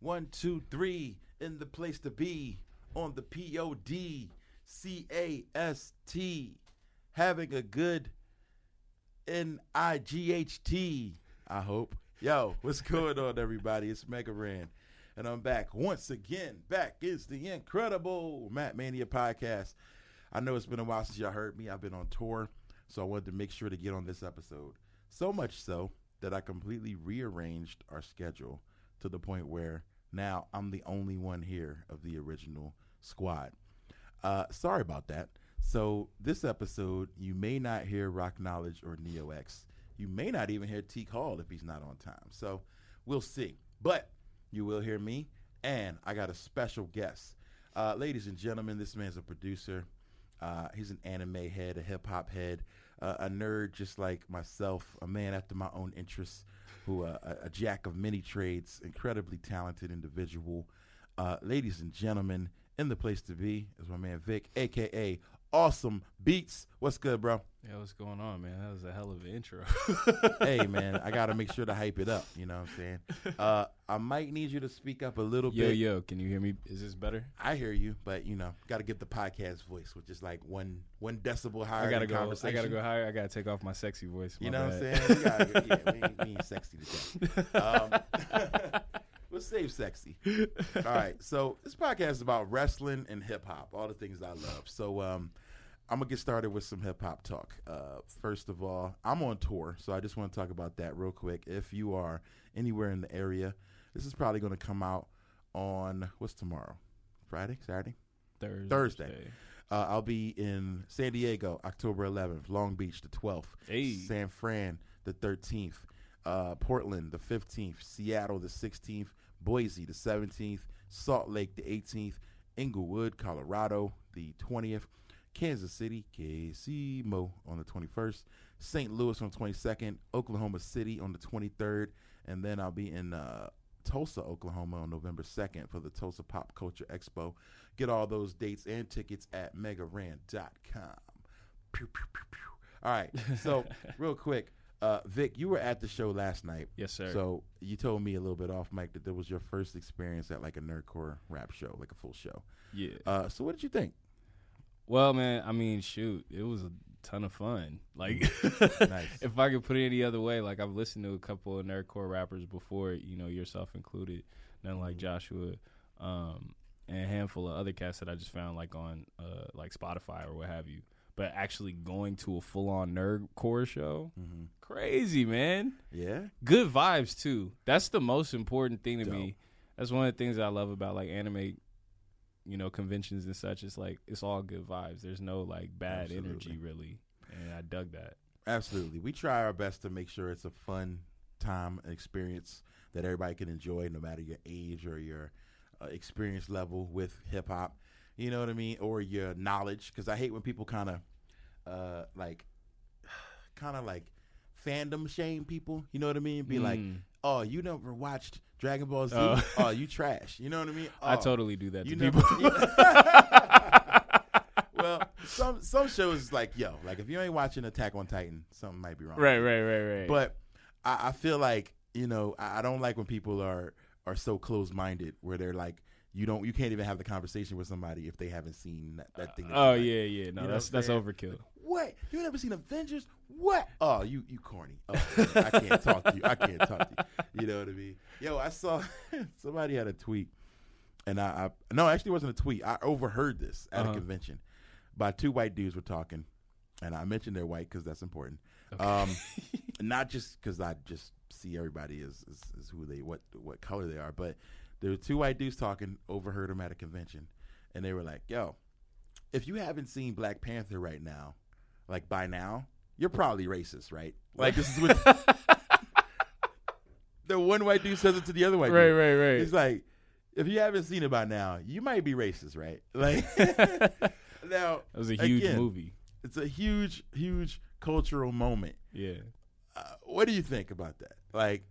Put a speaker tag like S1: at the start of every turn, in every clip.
S1: One, two, three, in the place to be on the P O D C A S T. Having a good N I G H T, I hope. Yo, what's going on, everybody? It's Mega Ran, and I'm back once again. Back is the incredible Matt Mania podcast. I know it's been a while since y'all heard me. I've been on tour, so I wanted to make sure to get on this episode. So much so that I completely rearranged our schedule to the point where now I'm the only one here of the original squad. Uh, sorry about that. So this episode, you may not hear Rock Knowledge or Neo X. You may not even hear Teak Hall if he's not on time. So we'll see. But you will hear me, and I got a special guest. Uh, ladies and gentlemen, this man's a producer. Uh, he's an anime head, a hip hop head, uh, a nerd just like myself, a man after my own interests, who uh, a, a jack of many trades, incredibly talented individual. Uh, ladies and gentlemen, in the place to be is my man Vic, aka Awesome Beats. What's good, bro?
S2: Yeah, what's going on, man? That was a hell of an intro.
S1: hey man, I gotta make sure to hype it up. You know what I'm saying? Uh, I might need you to speak up a little
S2: yo,
S1: bit.
S2: yo, can you hear me? Is this better?
S1: I hear you, but you know, gotta give the podcast voice, which is like one one decibel higher.
S2: I gotta
S1: in
S2: go. I
S1: Conversation.
S2: gotta go higher. I gotta take off my sexy voice.
S1: You
S2: my
S1: know
S2: bad.
S1: what I'm saying? We gotta, yeah, we ain't, we ain't sexy today. Um, we'll save sexy. All right. So this podcast is about wrestling and hip hop, all the things I love. So um, I'm gonna get started with some hip hop talk. Uh, first of all, I'm on tour, so I just want to talk about that real quick. If you are anywhere in the area, this is probably gonna come out on what's tomorrow, Friday, Saturday.
S2: Thursday.
S1: Thursday. Uh, I'll be in San Diego, October 11th, Long Beach, the 12th,
S2: Hey.
S1: San Fran, the 13th, uh, Portland, the 15th, Seattle, the 16th, Boise, the 17th, Salt Lake, the 18th, Inglewood, Colorado, the 20th, Kansas City, KCMO, on the 21st, St. Louis on the 22nd, Oklahoma City on the 23rd, and then I'll be in uh, Tulsa, Oklahoma on November 2nd for the Tulsa Pop Culture Expo. Get all those dates and tickets at megaran.com. Pew, pew, pew, pew. All right. So, real quick, uh, Vic, you were at the show last night.
S2: Yes, sir.
S1: So, you told me a little bit off mic that that was your first experience at like a nerdcore rap show, like a full show.
S2: yeah.
S1: Uh, so, what did you think?
S2: Well, man, I mean, shoot, it was a ton of fun. Like, if I could put it any other way, like I've listened to a couple of nerdcore rappers before, you know, yourself included, nothing like Joshua, um, and a handful of other cats that I just found like on uh, like Spotify or what have you. But actually going to a full on nerdcore show, crazy man.
S1: Yeah.
S2: good vibes too. That's the most important thing to
S1: Dope.
S2: me. That's one of the things I love about like anime, you know, conventions and such. It's like it's all good vibes. There's no like bad
S1: Absolutely.
S2: energy really, and I dug that.
S1: Absolutely. We try our best to make sure it's a fun time and experience that everybody can enjoy, no matter your age or your uh, experience level with hip hop. You know what I mean? Or your knowledge. Because I hate when people kind of uh, like, kind of like fandom shame people. You know what I mean? Be like,
S2: Mm.
S1: oh, you never watched Dragon Ball Z?
S2: Oh.
S1: Oh, you trash. You know what I mean?
S2: I
S1: Oh,
S2: totally do that to
S1: you
S2: people.
S1: never. well, some some shows like yo, like if you ain't watching Attack on Titan, something might be wrong.
S2: right, right, right, right.
S1: But I, I feel like you know I, I don't like when people are are so close minded where they're like you don't you can't even have the conversation with somebody if they haven't seen that, that thing. that you
S2: oh
S1: like.
S2: yeah, yeah. No,
S1: You know what
S2: that's
S1: I'm
S2: that's
S1: saying?
S2: overkill.
S1: What? You never seen Avengers? What? Oh, you you corny. Oh, I can't talk to you. I can't talk to you. You know what I mean? Yo, I saw somebody had a tweet, and I, I no, actually it wasn't a tweet. I overheard this at
S2: Uh-huh.
S1: a convention by two white dudes were talking, and I mentioned they're white because that's important. Um, not just because I just see everybody as, as, as who they what what color they are, but there were two white dudes talking. Overheard them at a convention, and they were like, "Yo, if you haven't seen Black Panther right now, like by now, you're probably racist, right? Like this is what the one white dude says it to the other white
S2: Right,
S1: dude.
S2: right, right.
S1: He's like, if you haven't seen it by now, you might be racist, right? Like now
S2: That was a huge
S1: again,
S2: movie.
S1: It's a huge, huge cultural moment.
S2: Yeah.
S1: Uh, what do you think about that? Like,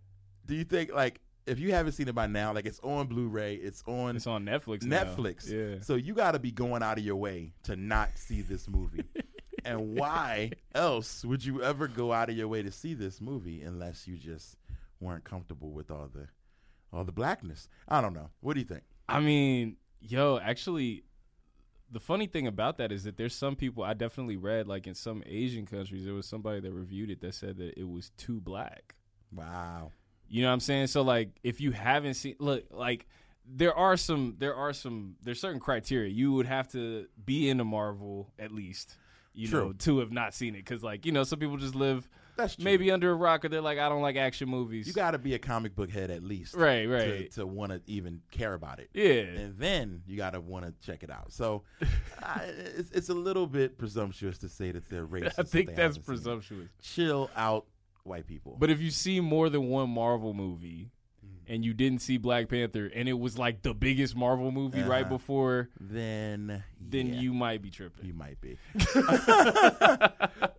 S1: do you think like if you haven't seen it by now, like it's on Blu-ray, it's on
S2: It's on Netflix. now.
S1: Netflix.
S2: Yeah.
S1: So you got to be going out of your way to not see this movie. and why else would you ever go out of your way to see this movie unless you just weren't comfortable with all the all the blackness? I don't know. What do you think?
S2: I mean, yo, actually, the funny thing about that is that there's some people I definitely read, like in some Asian countries, there was somebody that reviewed it that said that it was too black.
S1: Wow.
S2: You know what I'm saying? So like, if you haven't seen, look, like there are some, there are some, there's certain criteria you would have to be into Marvel at least, you
S1: True.
S2: know, to have not seen it, because like you know, some people just live
S1: That's true.
S2: maybe under a rock or they're like, I don't like action movies.
S1: you got to be a comic book head at least,
S2: Right,
S1: to-
S2: right.
S1: to want to even care about it.
S2: yeah,
S1: and then you gotta want to check it out. So I, it's, it's a little bit presumptuous to say that they're racist.
S2: I
S1: if
S2: think
S1: they
S2: that's
S1: haven't seen it.
S2: presumptuous.
S1: Chill out, white people.
S2: But if you see more than one Marvel movie and you didn't see Black Panther and it was like the biggest Marvel movie right
S1: Uh-huh.
S2: before,
S1: then
S2: then
S1: yeah,
S2: you might be tripping.
S1: you might be. All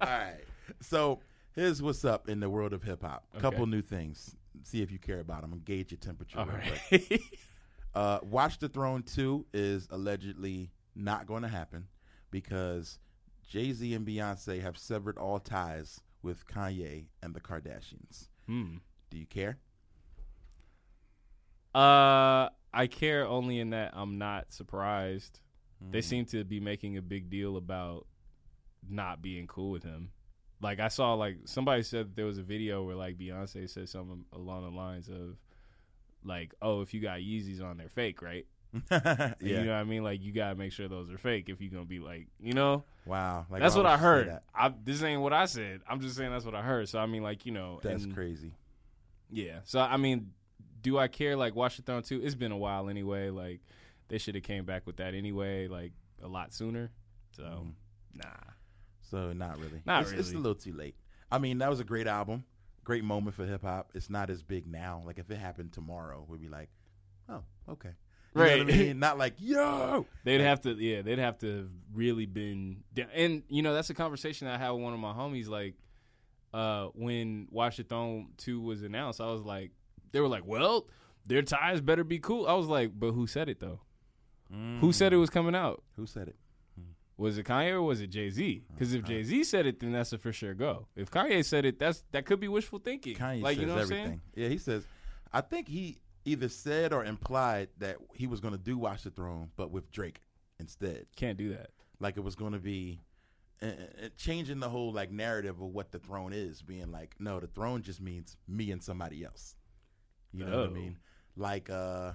S1: right. So here's what's up in the world of hip hop. A couple
S2: Okay.
S1: new things. See if you care about them. and Gauge your temperature.
S2: All
S1: real quick.
S2: right.
S1: Uh, Watch the Throne 2 is allegedly not going to happen because Jay Z and Beyonce have severed all ties with Kanye and the Kardashians.
S2: hmm.
S1: Do you care?
S2: Uh, I care only in that I'm not surprised.
S1: Mm.
S2: They seem to be making a big deal about not being cool with him. Like I saw, like somebody said that there was a video where like Beyonce said something along the lines of, like, "Oh, if you got Yeezys on, they're fake, right?"
S1: yeah.
S2: And You know what I mean? Like you gotta make sure those are fake if you're gonna be like, you know,
S1: Wow. Like,
S2: that's
S1: why
S2: what
S1: would
S2: I
S1: you say
S2: heard.
S1: that?
S2: I, this ain't what I said. I'm just saying that's what I heard. So I mean, like you know,
S1: That's
S2: and-
S1: crazy.
S2: Yeah. So I mean, do I care? Like Watch the Throne too. It's been a while anyway. Like they should have came back with that anyway. Like a lot sooner. So
S1: Mm-hmm.
S2: nah.
S1: Mm. So not really.
S2: Not
S1: it's, It's a
S2: really.
S1: little too late. I mean, that was a great album, great moment for hip hop. It's not as big now. Like if it happened tomorrow, we'd be like, oh, okay. You know what I
S2: Right.
S1: mean? Not like yo.
S2: They'd have to, yeah, they'd have to have really been. da- And, you know, that's a conversation I had with one of my homies. Like, uh, when Watch the Throne 2 was announced, I was like, they were like, well, their ties better be cool. I was like, but who said it, though?
S1: Mm.
S2: Who said it was coming out?
S1: Who said it?
S2: Was it Kanye or was it Jay Z? Because if Jay Z said it, then that's a for sure go. If Kanye said it, that's that could be wishful thinking.
S1: Kanye
S2: like
S1: says
S2: you know what
S1: everything.
S2: I'm saying?
S1: Yeah, he says. I think he either said or implied that he was going to do Watch the Throne, but with Drake instead.
S2: Can't do that.
S1: Like it was going to be uh, uh, changing the whole like narrative of what the throne is, being like, no, the throne just means me and somebody else. You know what I
S2: Oh.
S1: mean? Like uh,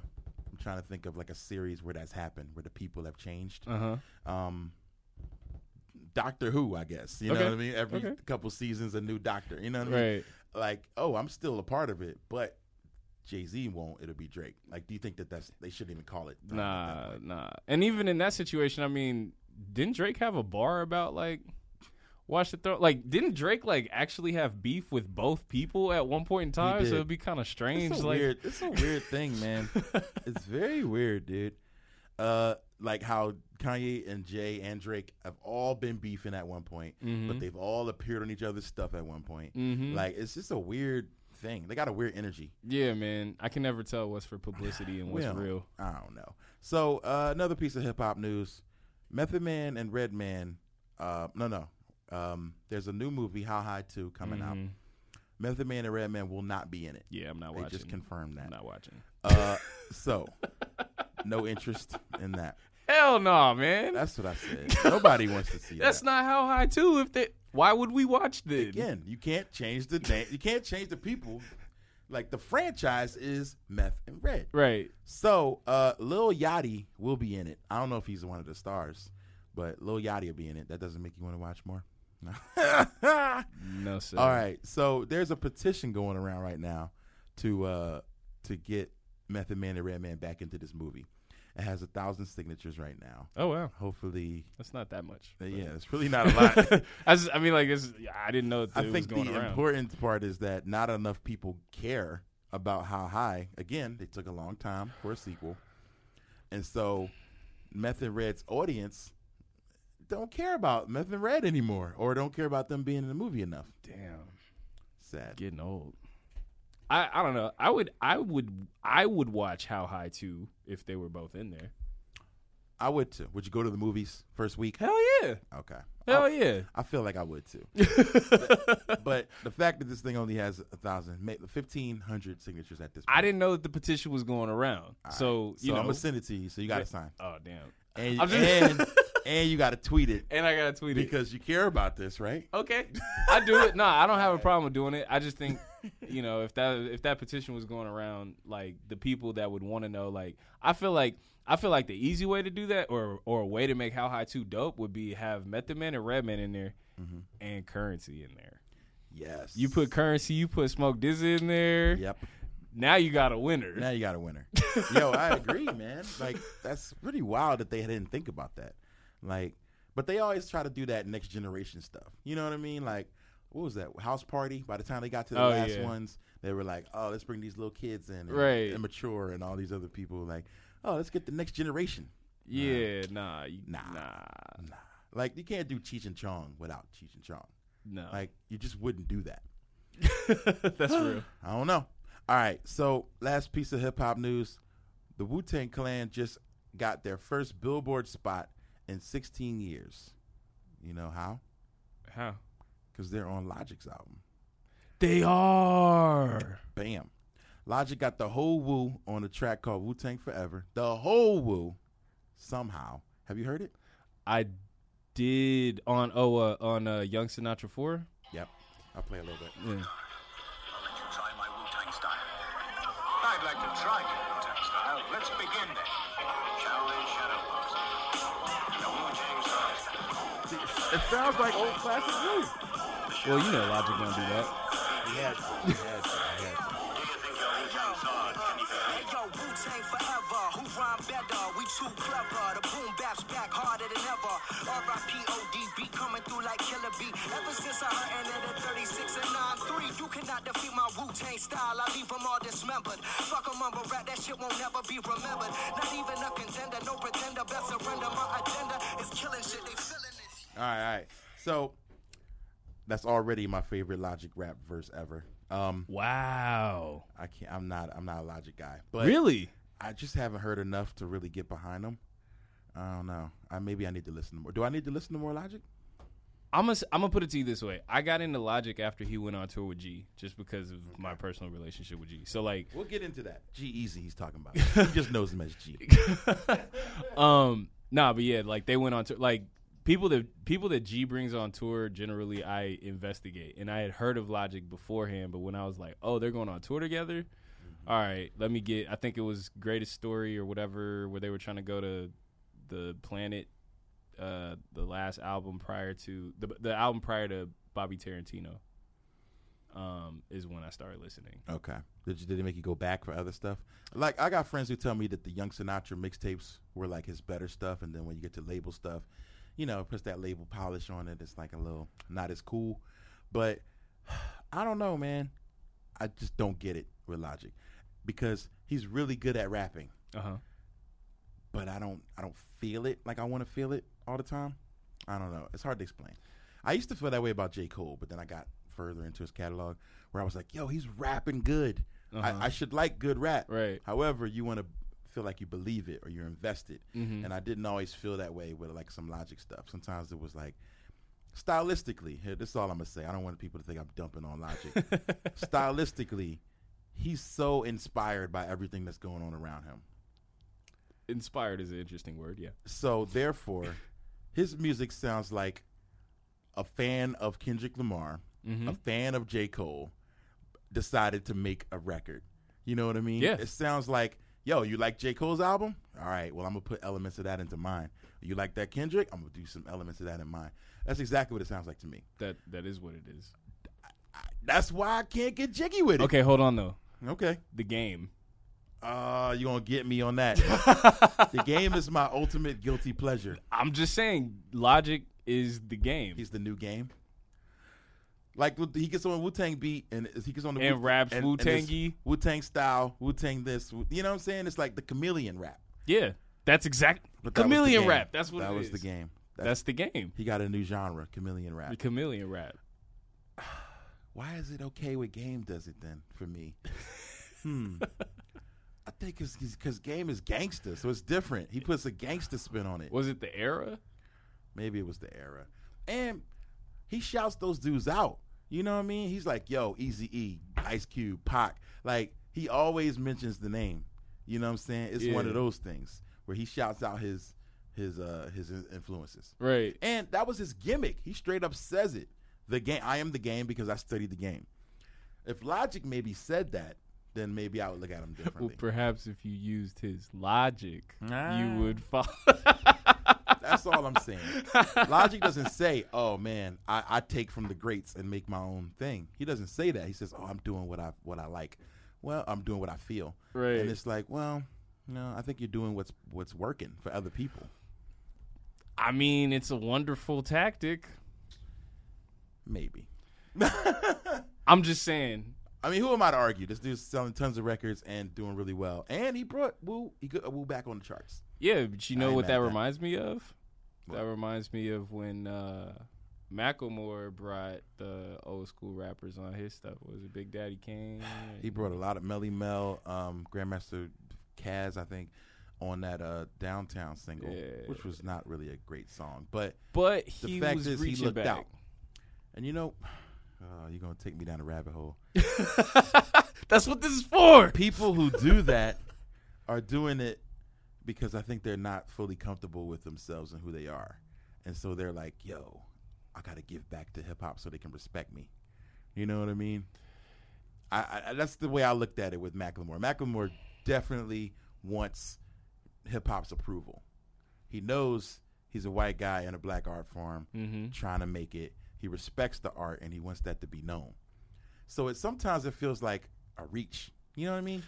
S1: I'm trying to think of like a series where that's happened, where the people have changed
S2: Uh huh.
S1: um Doctor Who, I guess. You know
S2: Okay.
S1: what I mean? Every
S2: Okay.
S1: couple seasons a new doctor. You know what I mean?
S2: Right.
S1: Like, oh, I'm still a part of it, but Jay Z won't, it'll be Drake. Like, do you think that that's they shouldn't even call it? Throne at that
S2: Nah,
S1: point?
S2: nah. And even in that situation, I mean, didn't Drake have a bar about like watch the throw? Like, didn't Drake like actually have beef with both people at one point in time?
S1: did.
S2: So it'd be kind of strange.
S1: It's a
S2: like,
S1: weird it's a weird thing, man. it's very weird, dude. Uh like how Kanye and Jay and Drake have all been beefing at one point,
S2: Mm-hmm.
S1: but they've all appeared on each other's stuff at one point.
S2: Mhm.
S1: Like it's just a weird thing. They got a weird energy.
S2: yeah, man. I can never tell what's for publicity and what's
S1: Well,
S2: real.
S1: I don't know. So uh, another piece of hip hop news: Method Man and Redman. Uh, no, no. Um, there's a new movie, How High Two, coming out.
S2: Mhm.
S1: Method Man and Redman will not be in it.
S2: Yeah, I'm not
S1: they
S2: watching.
S1: just confirmed that.
S2: I'm not watching.
S1: Uh, so, no Uh, interest in that.
S2: Hell no, man.
S1: That's what I said. Nobody wants to see
S2: That's
S1: that.
S2: not how high too. If they, why would we watch this?
S1: Again, you can't change the name. You can't change the people. Like the franchise is Meth and Red.
S2: Right.
S1: So uh, Lil Yachty will be in it. I don't know if he's one of the stars, but Lil Yachty will be in it. That doesn't make you want to watch more. No.
S2: No sir.
S1: All right. So there's a petition going around right now to uh to get Method Man and Redman back into this movie. It has a thousand signatures right now.
S2: Oh wow,
S1: Hopefully,
S2: that's not that much.
S1: uh, yeah, it's really not a lot.
S2: I, just- I mean, like, it's, I didn't know. That
S1: I
S2: it was
S1: think
S2: going
S1: the
S2: around.
S1: important part is that not enough people care about how high. Again, they took a long time for a sequel, and so Method Red's audience don't care about Method Red anymore, or don't care about them being in the movie enough.
S2: Damn.
S1: Sad.
S2: getting old. I, I don't know. I would I would I would watch How High Two if they were both in there.
S1: I would too. Would you go to the movies first week?
S2: Hell yeah.
S1: Okay.
S2: Hell
S1: I,
S2: yeah.
S1: I feel like I would too. but the fact that this thing only has a thousand, fifteen hundred signatures at this point.
S2: I didn't know that the petition was going around. So you
S1: so
S2: know.
S1: I'm gonna send it to you. So you got to sign,
S2: oh damn.
S1: and
S2: I'm just-
S1: and, and you got to tweet it
S2: And I gotta tweet it.
S1: because you care about this, right?
S2: Okay. I do it. No, I don't have a problem with doing it. I just think, you know, if that if that petition was going around, like the people that would want to know, like I feel like I feel like the easy way to do that or or a way to make How High Two dope would be have Method Man and Redman in there and currency in there.
S1: Yes.
S2: You put currency, you put smoke dizzy in there.
S1: Yep.
S2: Now you got a winner.
S1: Now you got a winner. Yo, I agree, man. Like that's pretty wild that they didn't think about that. Like, but they always try to do that next generation stuff. You know what I mean? Like, what was that house party? By the time they got to the
S2: Oh,
S1: last
S2: yeah.
S1: ones, they were like, "Oh, let's bring these little kids in, and
S2: Right.
S1: Immature, and all these other people like, oh, let's get the next generation.
S2: yeah, nah, you-
S1: Nah.
S2: nah,
S1: Nah, like you can't do Cheech and Chong without Cheech and Chong.
S2: no.
S1: Like, you just wouldn't do that.
S2: that's real.
S1: I don't know. All right, so last piece of hip hop news: the Wu Tang Clan just got their first Billboard spot in 16 years. You know how?
S2: How
S1: Because they're on Logic's album.
S2: they are.
S1: Bam! Logic got the whole Wu on a track called Wu Tang Forever. The whole Wu, somehow. Have you heard it?
S2: I did on oh uh, on uh, Young Sinatra four.
S1: Yep. I'll play a little bit.
S2: Yeah.
S3: I'll let you try my Wu-Tang style. I'd like to try your Wu-Tang style. Let's begin then. Shaolin Shadow Box. The Wu-Tang style.
S1: See, it sounds like old classic Wu.
S2: Well, you know Logic gonna do that.
S1: Yes. Yes. Yes.
S3: Do you think your Wu-Tang style can even
S4: Hey yo, Wu Tang forever. Who rhyme better? We too clever. The boom baps back harder than ever. R.I.P.O.D. beat coming through like killer beat. Ever since I heard and at 36 and 9 3, you cannot defeat my Wu Tang style. I leave 'em all dismembered. Fuck 'em, I'm a rat. That shit won't never be remembered. Not even a contender, no pretender. Best surrender. My agenda is killing shit. They feeling this.
S1: All right, all right. So that's already my favorite Logic rap verse ever. Um,
S2: Wow.
S1: I can't. I'm not. I'm not a Logic guy, but
S2: really?
S1: I just haven't heard enough to really get behind him. I don't know. I maybe I need to listen to more. Do I need to listen to more Logic?
S2: I'm gonna I'm gonna put it to you this way. I got into Logic after he went on tour with G, just because of my personal relationship with G. So like,
S1: We'll get into that. G Easy, he's talking about. he just knows him as G.
S2: um nah but yeah like they went on tour like people that people that g brings on tour generally i investigate and i had heard of logic beforehand but when i was like oh they're going on tour together All right let me get i think it was greatest story or whatever where they were trying to go to the planet uh the last album prior to the, the album prior to bobby tarantino um is when i started listening
S1: Okay. Did you, did it make you go back for other stuff? Like I got friends who tell me that the Young Sinatra mixtapes were like his better stuff, and then when you get to label stuff, you know, it puts that label polish on it. It's like a little not as cool. But I don't know, man. I just don't get it with Logic because he's really good at rapping,
S2: uh-huh
S1: but I don't I don't feel it like I want to feel it all the time. I don't know. It's hard to explain. I used to feel that way about J Cole, but then I got further into his catalog where I was like, yo, he's rapping good.
S2: Uh-huh.
S1: I, I should like good rap.
S2: Right.
S1: However, you want to feel like you believe it or you're invested.
S2: Mm-hmm.
S1: And I didn't always feel that way with like some logic stuff. Sometimes it was like stylistically, here this is all I'm gonna say. I don't want people to think I'm dumping on logic. stylistically, he's so inspired by everything that's going on around him.
S2: Inspired is an interesting word. Yeah.
S1: So therefore, his music sounds like a fan of Kendrick Lamar, a fan of J. Cole, decided to make a record. You know what I mean?
S2: Yeah.
S1: It sounds like, yo, you like J. Cole's album? All right, well, I'm gonna put elements of that into mine. You like that Kendrick? I'm gonna do some elements of that in mine. That's exactly what it sounds like to me.
S2: That that is what it is.
S1: That's why I can't get jiggy with it.
S2: Okay, hold on though.
S1: Okay.
S2: The game.
S1: Uh, you gonna get me on that. the game is my ultimate guilty pleasure.
S2: I'm just saying, Logic is the game.
S1: He's the new game. Like with- he gets on Wu Tang beat and he gets on the
S2: And raps Wu-Tangy.
S1: Wu Tang style, Wu Tang this. Wu- You know what I'm saying? It's like the chameleon rap.
S2: yeah, that's exact.
S1: But that was the
S2: chameleon
S1: game.
S2: rap. That's what
S1: that
S2: it
S1: was the
S2: is.
S1: game. That's,
S2: That's, the game.
S1: he got a new genre, chameleon rap.
S2: The chameleon rap.
S1: Why is it okay with game? Does it then for me? hmm. I think it's because game is gangster, so it's different. He puts a gangster spin on it.
S2: Was it the era?
S1: Maybe it was the era. And he shouts those dudes out. You know what I mean? He's like, yo, Easy E, Ice Cube, Pac. Like, he always mentions the name. You know what I'm saying? It's one
S2: Yeah.
S1: of those things where he shouts out his his uh his in- influences.
S2: Right.
S1: And that was his gimmick. He straight up says it. The game I am the game because I studied the game. If Logic maybe said that, then maybe I would look at him
S2: Well,
S1: differently.
S2: perhaps if you used his logic,
S1: Ah.
S2: you would follow.
S1: That's all I'm saying. Logic doesn't say, "Oh man, I, I take from the greats and make my own thing." He doesn't say that. He says, "Oh, I'm doing what I what I like. Well, I'm doing what I feel."
S2: Right.
S1: And it's like, well, no, I think you're doing what's what's working for other people.
S2: I mean, it's a wonderful tactic.
S1: Maybe.
S2: I'm just saying.
S1: I mean, who am I to argue? This dude's selling tons of records and doing really well, and he brought Woo he got Woo back on the charts.
S2: Yeah, but you know
S1: ain't
S2: what
S1: mad
S2: that
S1: at that.
S2: reminds me of? That reminds me of when uh, Macklemore brought the old school rappers on his stuff. Was it Big Daddy Kane?
S1: He brought a lot of Melly Mel, um, Grandmaster Caz, I think, on that uh, Downtown single,
S2: Yeah.
S1: which was not really a great song, but.
S2: but
S1: The
S2: he
S1: fact
S2: was
S1: is, he
S2: reaching
S1: looked
S2: back.
S1: out. And you know, oh, you're gonna take me down a rabbit hole.
S2: That's what this is for.
S1: People who do that are doing it because I think they're not fully comfortable with themselves and who they are, and so they're like, "Yo, I gotta give back to hip hop so they can respect me." You know what I mean? I, I- I that's the way I looked at it with Macklemore. Macklemore definitely wants hip hop's approval. He knows he's a white guy in a black art form trying to make it. He respects the art and he wants that to be known. So it sometimes it feels like a reach. You know what I mean?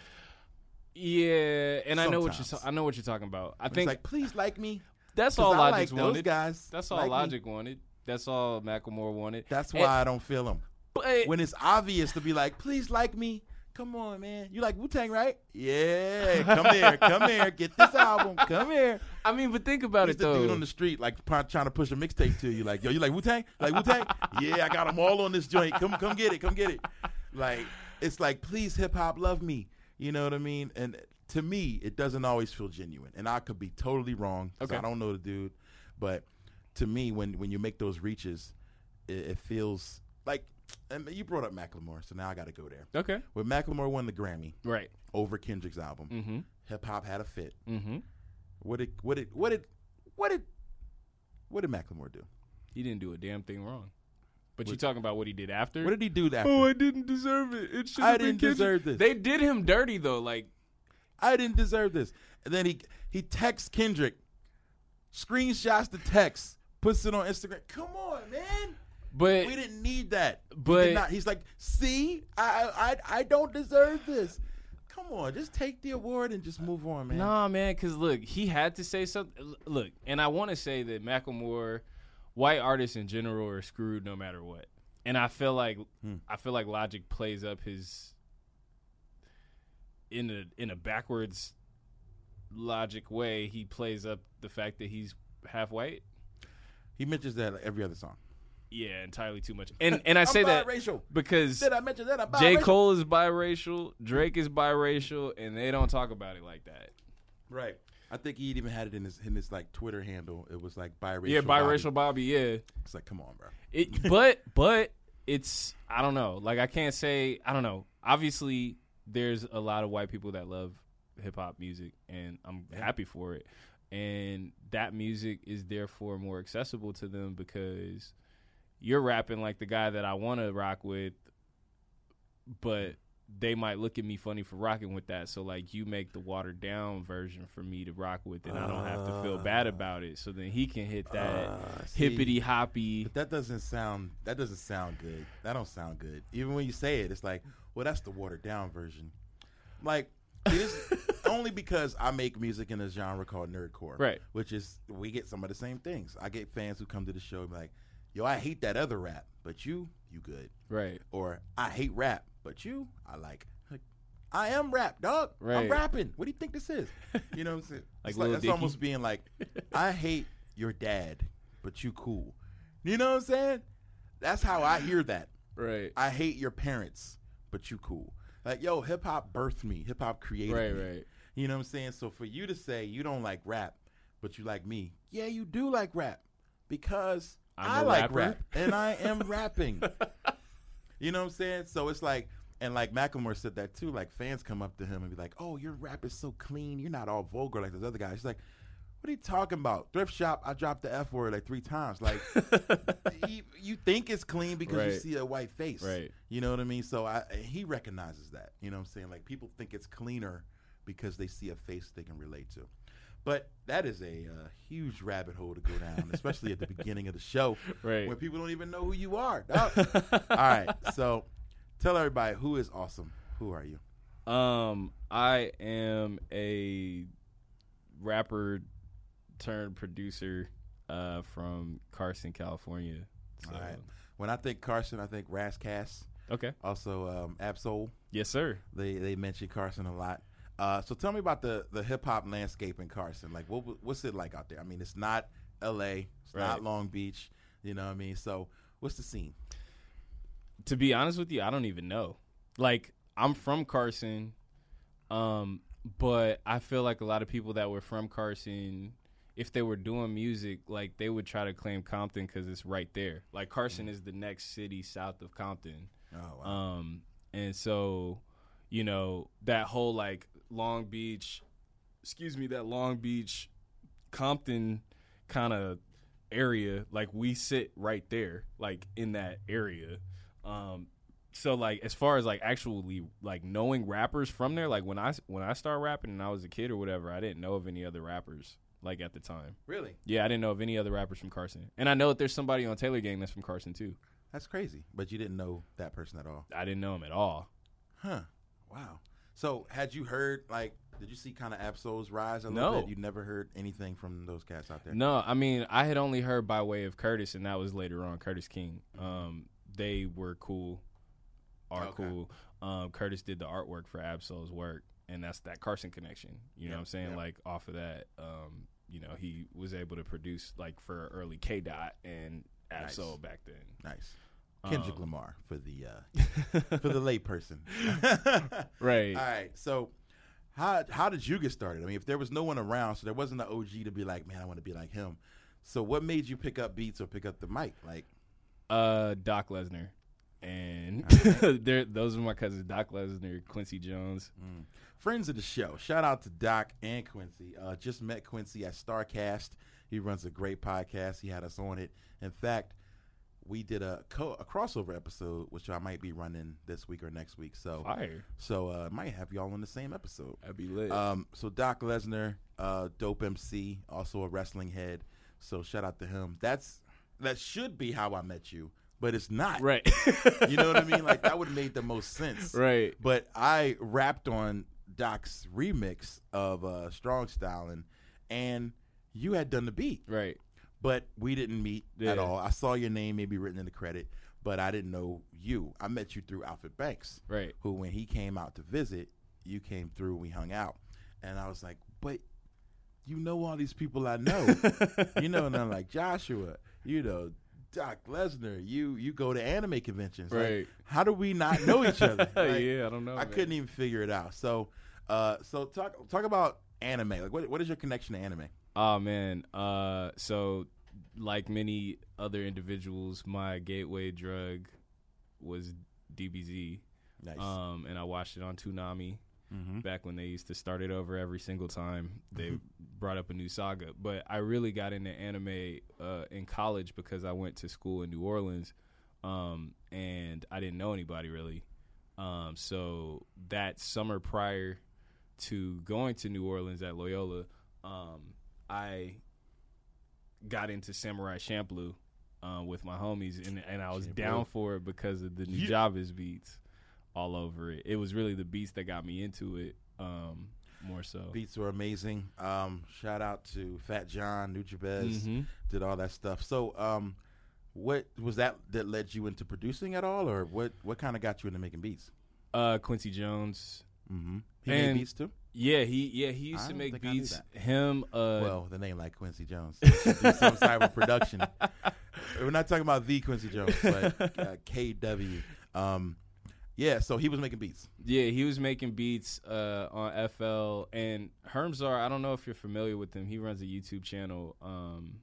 S2: Yeah, and I know what you're.
S1: Sometimes.
S2: I know what you're talking about. I
S1: It's
S2: think
S1: like, please like me.
S2: that's
S1: 'cause
S2: all
S1: I
S2: Logic
S1: like those
S2: wanted.
S1: guys.
S2: That's all
S1: Like me.
S2: Logic wanted. That's all Macklemore wanted.
S1: That's why
S2: And-
S1: I don't feel him.
S2: but
S1: When it's obvious to be like, please like me. Come on, man. You like Wu Tang, right? Yeah. Come here. Come here. Get this album. Come here.
S2: I mean, but think about
S1: He's
S2: it
S1: the
S2: though.
S1: dude on the street, like pro- trying to push a mixtape to you, like, yo, you like Wu Tang? Like Wu Tang? yeah, I got them all on this joint. Come, come get it, come get it. Like, it's like, please, hip hop, love me. You know what I mean? And to me, it doesn't always feel genuine. And I could be totally wrong. 'cause
S2: Okay.
S1: I don't know the dude, but to me, when when you make those reaches, it, it feels like. And you brought up Macklemore, so now I got to go there.
S2: okay,
S1: When Macklemore won the Grammy
S2: right.
S1: over Kendrick's album,
S2: Mm-hmm.
S1: hip hop had a fit.
S2: Mm-hmm.
S1: What did what did what did what did what did Macklemore do?
S2: He didn't do a damn thing wrong. But you talking about what he did after?
S1: What did he do after?
S2: oh, I didn't deserve it. It should
S1: I didn't deserve this.
S2: They did him dirty though. Like
S1: I didn't deserve this. And then he he texts Kendrick, screenshots the text, puts it on Instagram. Come on, man.
S2: But
S1: We didn't need that. We did
S2: but-
S1: not. he's like, see, I, I I I don't deserve this. Come on, just take the award and just move on, man.
S2: Nah, man, because look, he had to say something. l- Look, and I want to say that Macklemore, white artists in general, are screwed no matter what. And I feel like
S1: Hmm.
S2: I feel like Logic plays up his in a in a backwards logic way. He plays up the fact that he's half white.
S1: He mentions that like, every other song.
S2: Yeah, entirely too much. And and I
S1: I'm
S2: say that
S1: biracial.
S2: because
S1: Did I mention that? I'm
S2: J
S1: biracial.
S2: Cole is biracial, Drake is biracial, and they don't talk about it like that.
S1: Right. I think he even had it in his in his like Twitter handle. It was like biracial.
S2: yeah,
S1: Bobby.
S2: biracial Bobby yeah.
S1: It's like, come on, bro.
S2: It, but but it's I don't know. Like I can't say I don't know. Obviously, there's a lot of white people that love hip hop music, and I'm happy for it. And that music is therefore more accessible to them because you're rapping like the guy that I want to rock with, but they might look at me funny for rocking with that. So like you make the watered down version for me to rock with, and I don't have to feel bad about it. So then he can hit that
S1: Uh, see.
S2: hippity hoppy.
S1: But that doesn't sound that doesn't sound good. That don't sound good. Even when you say it, it's like, well, that's the watered down version. Like it is only because I make music in a genre called nerdcore,
S2: Right.
S1: Which is we get some of the same things. I get fans who come to the show and be like, "Yo, I hate that other rap, but you, you good."
S2: Right.
S1: Or I hate rap, but you, I like. Like, I am rap, dog. I'm
S2: Right.
S1: rapping. What do you think this is? You know what I'm saying?
S2: Like
S1: it's like
S2: Lil
S1: that's
S2: Dicky?
S1: almost being like, I hate your dad, but you cool. You know what I'm saying? That's how I hear that.
S2: Right.
S1: I hate your parents, but you cool. Like, yo, hip hop birthed me. Hip hop created
S2: Right,
S1: me.
S2: right.
S1: You know what I'm saying? So for you to say you don't like rap, but you like me, yeah, you do like rap because
S2: I'm
S1: I
S2: a
S1: like
S2: rapper.
S1: rap and I am rapping. You know what I'm saying? So it's like, and like Macklemore said that too. Like fans come up to him and be like, "Oh, your rap is so clean. You're not all vulgar like those other guys." He's like, "What are you talking about? Thrift shop. I dropped the f word like three times. Like, you, you think it's clean because you
S2: Right.
S1: see a white face,
S2: Right.
S1: You know what I mean? So I and he recognizes that. You know what I'm saying? Like people think it's cleaner because they see a face they can relate to. But that is a uh, huge rabbit hole to go down, especially at the beginning of the show,
S2: Right.
S1: When people don't even know who you are. dog. All right, so tell everybody who is awesome. Who are you?
S2: Um, I am a rapper turned producer uh, from Carson, California. So,
S1: All right. When I think Carson, I think Rascast,
S2: Okay.
S1: also um, Absol.
S2: Yes, sir.
S1: They they mention Carson a lot. Uh, so tell me about the the hip hop landscape in Carson. Like, what what's it like out there? I mean, it's not L.A., it's not
S2: Right.
S1: Long Beach. You know what I mean? So what's the scene?
S2: To be honest with you, I don't even know. Like, I'm from Carson, um, but I feel like a lot of people that were from Carson, if they were doing music, like they would try to claim Compton because it's right there. Like Carson is the next city south of Compton.
S1: Mm. Oh, wow.
S2: Um, and so, you know, that whole like Long Beach, excuse me, that Long Beach, Compton kind of area, like we sit right there, like in that area. Um, so like as far as like actually like knowing rappers from there, like when I when I started rapping and I was a kid or whatever, I didn't know of any other rappers like at the time.
S1: really?
S2: Yeah, I didn't know of any other rappers from Carson, and I know that there's somebody on Taylor Gang that's from Carson too.
S1: That's crazy. But you didn't know that person at all,
S2: I didn't know him at all.
S1: huh? Wow. So had you heard like? Did you see kind of Absol's rise a little
S2: No.
S1: bit? You never heard anything from those cats out there.
S2: No, I mean I had only heard by way of Curtis, and that was later on Curtis King. Um, they were cool, are
S1: Okay.
S2: cool. Um, Curtis did the artwork for Absol's work, and that's that Carson connection. You know what I'm saying? Like off of that, um, you know, he was able to produce like for early K Dot and Absol
S1: Nice.
S2: back then.
S1: Nice. Kendrick
S2: Um.
S1: Lamar for the uh, for the layperson.
S2: Right.
S1: All right. So how how did you get started? I mean, if there was no one around, so there wasn't an OG to be like, man, I want to be like him. So what made you pick up beats or pick up the mic? Like,
S2: Uh, Doc Lesnar. And they're those are my cousins, Doc Lesnar, Quincy Jones.
S1: friends of the show. Shout out to Doc and Quincy. Uh, just met Quincy at Starcast. He runs a great podcast. He had us on it. In fact, we did a co- a crossover episode, which I might be running this week or next week. So
S2: Fire. Uh,
S1: So uh, might have y'all on the same episode.
S2: That'd be lit.
S1: Um, so Doc Lesnar, uh, dope MC, also a wrestling head. So shout out to him. That's that should be how I met you, but it's not.
S2: right.
S1: You know what I mean? Like that would have made the most sense.
S2: right.
S1: But I rapped on Doc's remix of uh, Strong Styling, and you had done the beat,
S2: Right.
S1: but we didn't meet at
S2: Yeah.
S1: all. I saw your name maybe written in the credit, but I didn't know you. I met you through Alfred Banks
S2: Right.
S1: who when he came out to visit, you came through, we hung out. And I was like, but you know all these people I know. you know, and I'm like, Joshua, you know, Doc Lesnar, you you go to anime conventions. Like,
S2: Right.
S1: how do we not know each other? Like,
S2: yeah, Oh, I don't know.
S1: I couldn't even figure it out. So uh so talk talk about anime. Like what what is your connection to anime?
S2: Oh man. Uh, so like many other individuals, my gateway drug was DBZ.
S1: Nice.
S2: Uh, Um, and I watched it on Toonami. back when they used to start it over every single time they brought up a new saga. But I really got into anime uh, in college because I went to school in New Orleans um, and I didn't know anybody really. Um, so that summer prior to going to New Orleans at Loyola, um, I got into Samurai Champloo uh, with my homies, and and I was down for it because of the new Javis beats all over it. It was really the beats that got me into it um, more so.
S1: Beats were amazing. Um, shout out to Fat John, New Jabez,
S2: Mm-hmm.
S1: did all that stuff. So, um, what was that that led you into producing at all, or what? What kind of got you into making beats?
S2: Uh, Quincy Jones,
S1: Mm-hmm. He
S2: And-
S1: made beats too.
S2: yeah, he yeah he
S1: I
S2: used to
S1: don't
S2: make
S1: think I knew
S2: beats.
S1: that.
S2: Him, uh,
S1: well, the name like Quincy Jones. Do some type of production. We're not talking about the Quincy Jones, but uh, KW. Um, yeah, so he was making beats.
S2: Yeah, he was making beats uh, on FL and Hermzar. I don't know if you're familiar with him. He runs a YouTube channel. Um,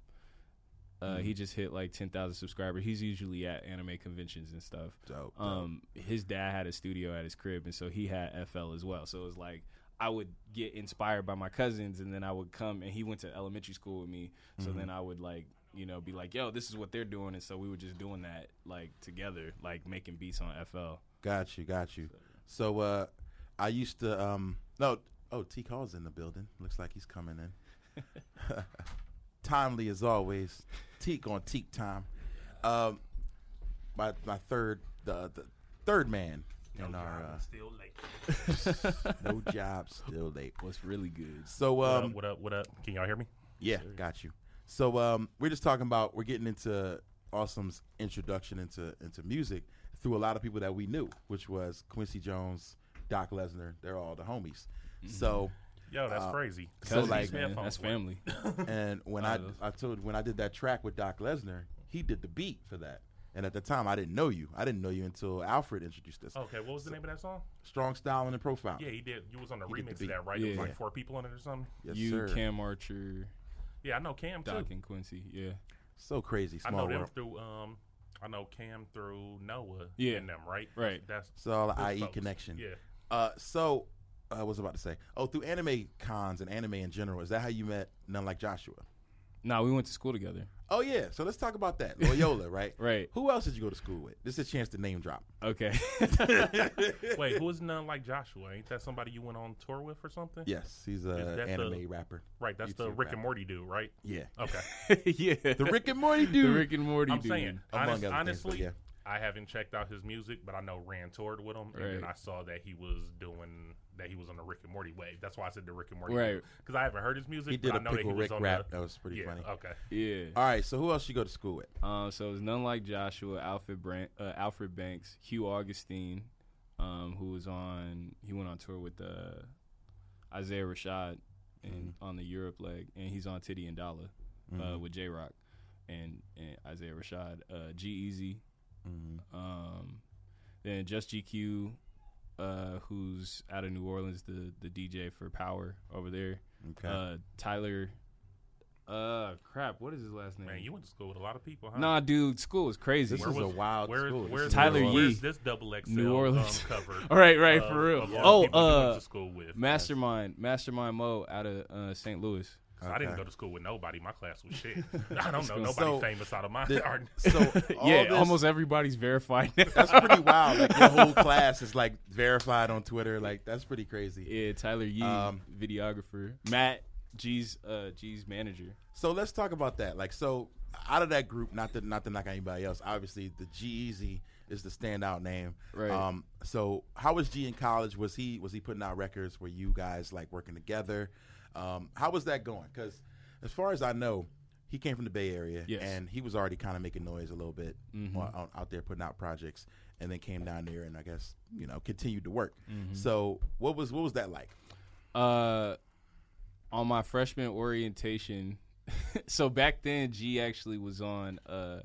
S2: uh, He just hit like 10,000 subscribers. He's usually at anime conventions and stuff.
S1: Dope, dope.
S2: Um, his dad had a studio at his crib, and so he had FL as well. So it was like I would get inspired by my cousins, and then I would come. And he went to elementary school with me, so then I would like you know be like, "Yo, this is what they're doing," and so we were just doing that like together, like making beats on FL.
S1: Got you, got you. So uh, I used to um, no. Oh, T Call's in the building. Looks like he's coming in. Timely as always. Teak on Teak time. Um, my my third the, the third man in our uh,
S5: Still late.
S1: no job still late.
S2: What's really good.
S1: So
S5: What
S1: um,
S5: up? What up? What up? Can y'all hear me?
S1: Yeah, got you. So um, we're just talking about we're getting into Awesome's introduction into into music through a lot of people that we knew, which was Quincy Jones, Doc Lesnar. They're all the homies.
S5: Mm-hmm.
S1: So
S5: Yo,
S1: Uh,
S5: that's crazy.
S1: So,
S2: Cousins,
S1: like-
S2: man, that's family.
S1: and when I I told when I did that track with Doc Lesnar, he did the beat for that. And at the time, I didn't know you. I didn't know you until Alfred introduced us.
S5: Okay, what was the name of that song?
S1: Strong styling and profile.
S5: Oh. Yeah, he did. You was on the
S1: did the
S5: remix
S1: beat.
S5: of that, right? It was
S2: Yeah.
S5: like four people on it or something.
S1: Yes,
S2: you,
S1: sir.
S2: Cam Archer,
S5: Yeah, I know Cam too.
S2: Doc, and Quincy. Yeah,
S1: So crazy,
S5: I
S1: small
S5: know them
S1: world.
S5: through um, I know Cam through Noah.
S2: Yeah.
S5: and them right.
S2: Right.
S5: That's
S1: It's all
S5: good
S1: IE
S5: folks.
S1: connection.
S5: Yeah.
S1: Uh, so I was about to say, oh, through anime cons and anime in general, is that how you met none like Joshua?
S2: nah, we went to school together.
S1: Oh yeah, so let's talk about that Loyola, right?
S2: Right.
S1: Who else did you go to school with? This is a chance to name drop.
S2: Okay,
S5: Wait, who is none like Joshua? Ain't that somebody you went on tour with or something?
S1: Yes, he's a
S5: that
S1: anime
S5: the-
S1: rapper.
S5: Right, that's the
S1: YouTube
S5: Rick and
S1: rapper.
S5: Morty dude, right?
S1: Yeah,
S5: Okay.
S2: yeah,
S1: the Rick and Morty dude.
S2: The Rick and Morty
S5: I'm
S2: dude.
S5: saying,
S1: Among
S5: honest,
S1: other things, but
S5: honestly,
S1: yeah.
S5: I haven't checked out his music, but I know Rand toured with him, and then
S2: Right.
S5: I saw that he was doing that he was on the Rick and Morty wave. That's why I said the Rick and Morty,
S2: Right.
S5: Because I haven't heard his music.
S1: He did
S5: but
S1: a
S5: I know that
S1: Pickle
S5: he was
S1: Rick
S5: on
S1: rap.
S5: The,
S1: That was pretty
S5: yeah, uh,
S1: funny.
S5: Okay.
S2: yeah.
S1: All right, so who else you go to school with?
S2: Um, so it was none like Joshua, Alfred, Brand, uh, Alfred Banks, Hugh Augustine, um, who was on. He went on tour with uh, Isaiah Rashad and on the Europe leg, and he's on Titty and Dollar uh, with J Rock and, and Isaiah Rashad, uh, G Easy, um, then Just GQ, uh, who's out of New Orleans, the the DJ for Power over there.
S1: Okay.
S2: Uh, Tyler. Uh, crap. What is his last name?
S5: Man, you went to school with a lot of people, huh?
S2: Nah, dude, school is crazy.
S1: This is a wild
S5: where,
S1: school. This
S5: Where's
S1: is
S2: Tyler
S1: New
S2: Yee.
S5: Where's this double XL
S2: New Orleans.
S5: um, cover?
S2: All right, right,
S1: uh,
S5: of-
S2: for real.
S5: of all
S2: Oh,
S5: the people you went
S2: uh,
S5: to school with.
S2: Mastermind, Mastermind Mo out of uh, St. Louis.
S5: 'Cause I didn't go to school with nobody. My class was shit. I don't know nobody
S1: So,
S5: famous out of my.
S1: the-
S5: our-
S1: so all
S2: yeah,
S1: this-
S2: almost everybody's verified.
S1: That's pretty wild. Like your whole class is like verified on Twitter. Like that's pretty crazy.
S2: yeah, Tyler Yee,
S1: Um,
S2: videographer. Matt G's uh, G's manager.
S1: So let's talk about that. Like, so out of that group, not to not to knock anybody else. Obviously, the G Easy is the standout name.
S2: Right.
S1: Um. So how was G in college? Was he was he putting out records? Were you guys like working together? Um. How was that going? Because as far as I know, he came from the Bay Area,
S2: Yes. Mm-hmm.
S1: and he was already kind of making noise a little bit on, on- out there putting out projects, and then came down there and I guess you know continued to work.
S2: Mm-hmm.
S1: So what was what was that like?
S2: Uh, on my freshman orientation, so back then G actually was on. Uh,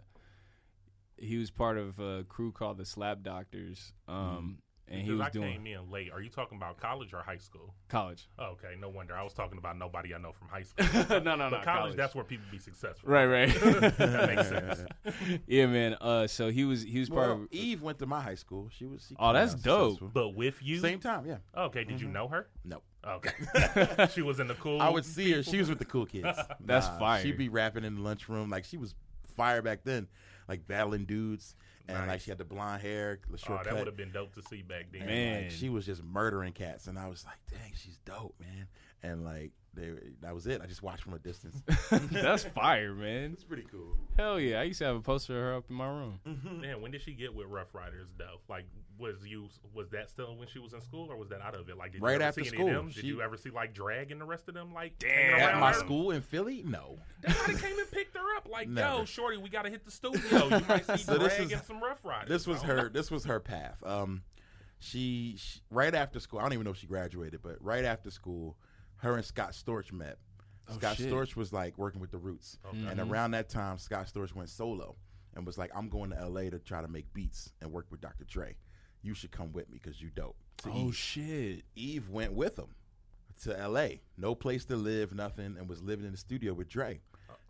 S2: he was part of a crew called the Slap Doctors. Um, and he
S5: Because
S2: was
S5: I
S2: doing
S5: came in late. Are you talking about college or high school?
S2: college.
S5: Oh, okay, no wonder. I was talking about nobody I know from high school.
S2: no, no, no.
S5: but college, that's where people be successful.
S2: right, right.
S5: that makes sense.
S2: yeah, man. Uh, so he was he was part
S1: Well,
S2: of.
S1: Eve went to my high school. She was. She
S2: Oh, that's
S1: kinda
S2: dope.
S1: successful.
S5: But with you,
S1: Same time, yeah.
S5: okay. Did you know her?
S1: No,
S5: Okay, she was in the cool.
S1: I would see her. She was with the cool kids.
S2: That's
S1: Nah,
S2: fire.
S1: She'd be rapping in the lunchroom like she was fire back then, like battling dudes, and like
S5: Nice.
S1: she had the blonde hair, the
S5: Oh,
S1: short
S5: that
S1: cut.
S5: would have been dope to see back then.
S2: Man.
S1: And, like, she was just murdering cats, and I was like, "Dang, she's dope, man!" And like, they, that was it. I just watched from a distance.
S2: that's fire, man.
S1: it's pretty cool.
S2: Hell yeah! I used to have a poster of her up in my room.
S5: Man, when did she get with Rough Riders though? Like, was you was that still when she was in school, or was that out of it? Like, did
S1: Right
S5: you ever
S1: after
S5: see any
S1: school,
S5: of them? Did
S1: she-
S5: you ever see like drag and the rest of them? Like, damn,
S1: At my school in Philly, no.
S5: they might have came and picked her up. Like,
S1: Never.
S5: yo, shorty, we gotta hit the studio. You might see
S1: So this
S5: drag
S1: is-
S5: and some Rough Riders.
S1: This was
S5: I don't know.
S1: her. This was her path. Um, she, she right after school. I don't even know if she graduated, but right after school, her and Scott Storch met.
S5: Oh,
S1: Scott
S2: shit.
S1: Storch was like working with the Roots, and
S5: Mm-hmm.
S1: around that time, Scott Storch went solo and was like, "I'm going to L.A. to try to make beats and work with Dr. Dre. You should come with me because you dope." So
S2: Oh
S1: Eve,
S2: shit!
S1: Eve went with him to L.A. No place to live, nothing, and was living in the studio with Dre.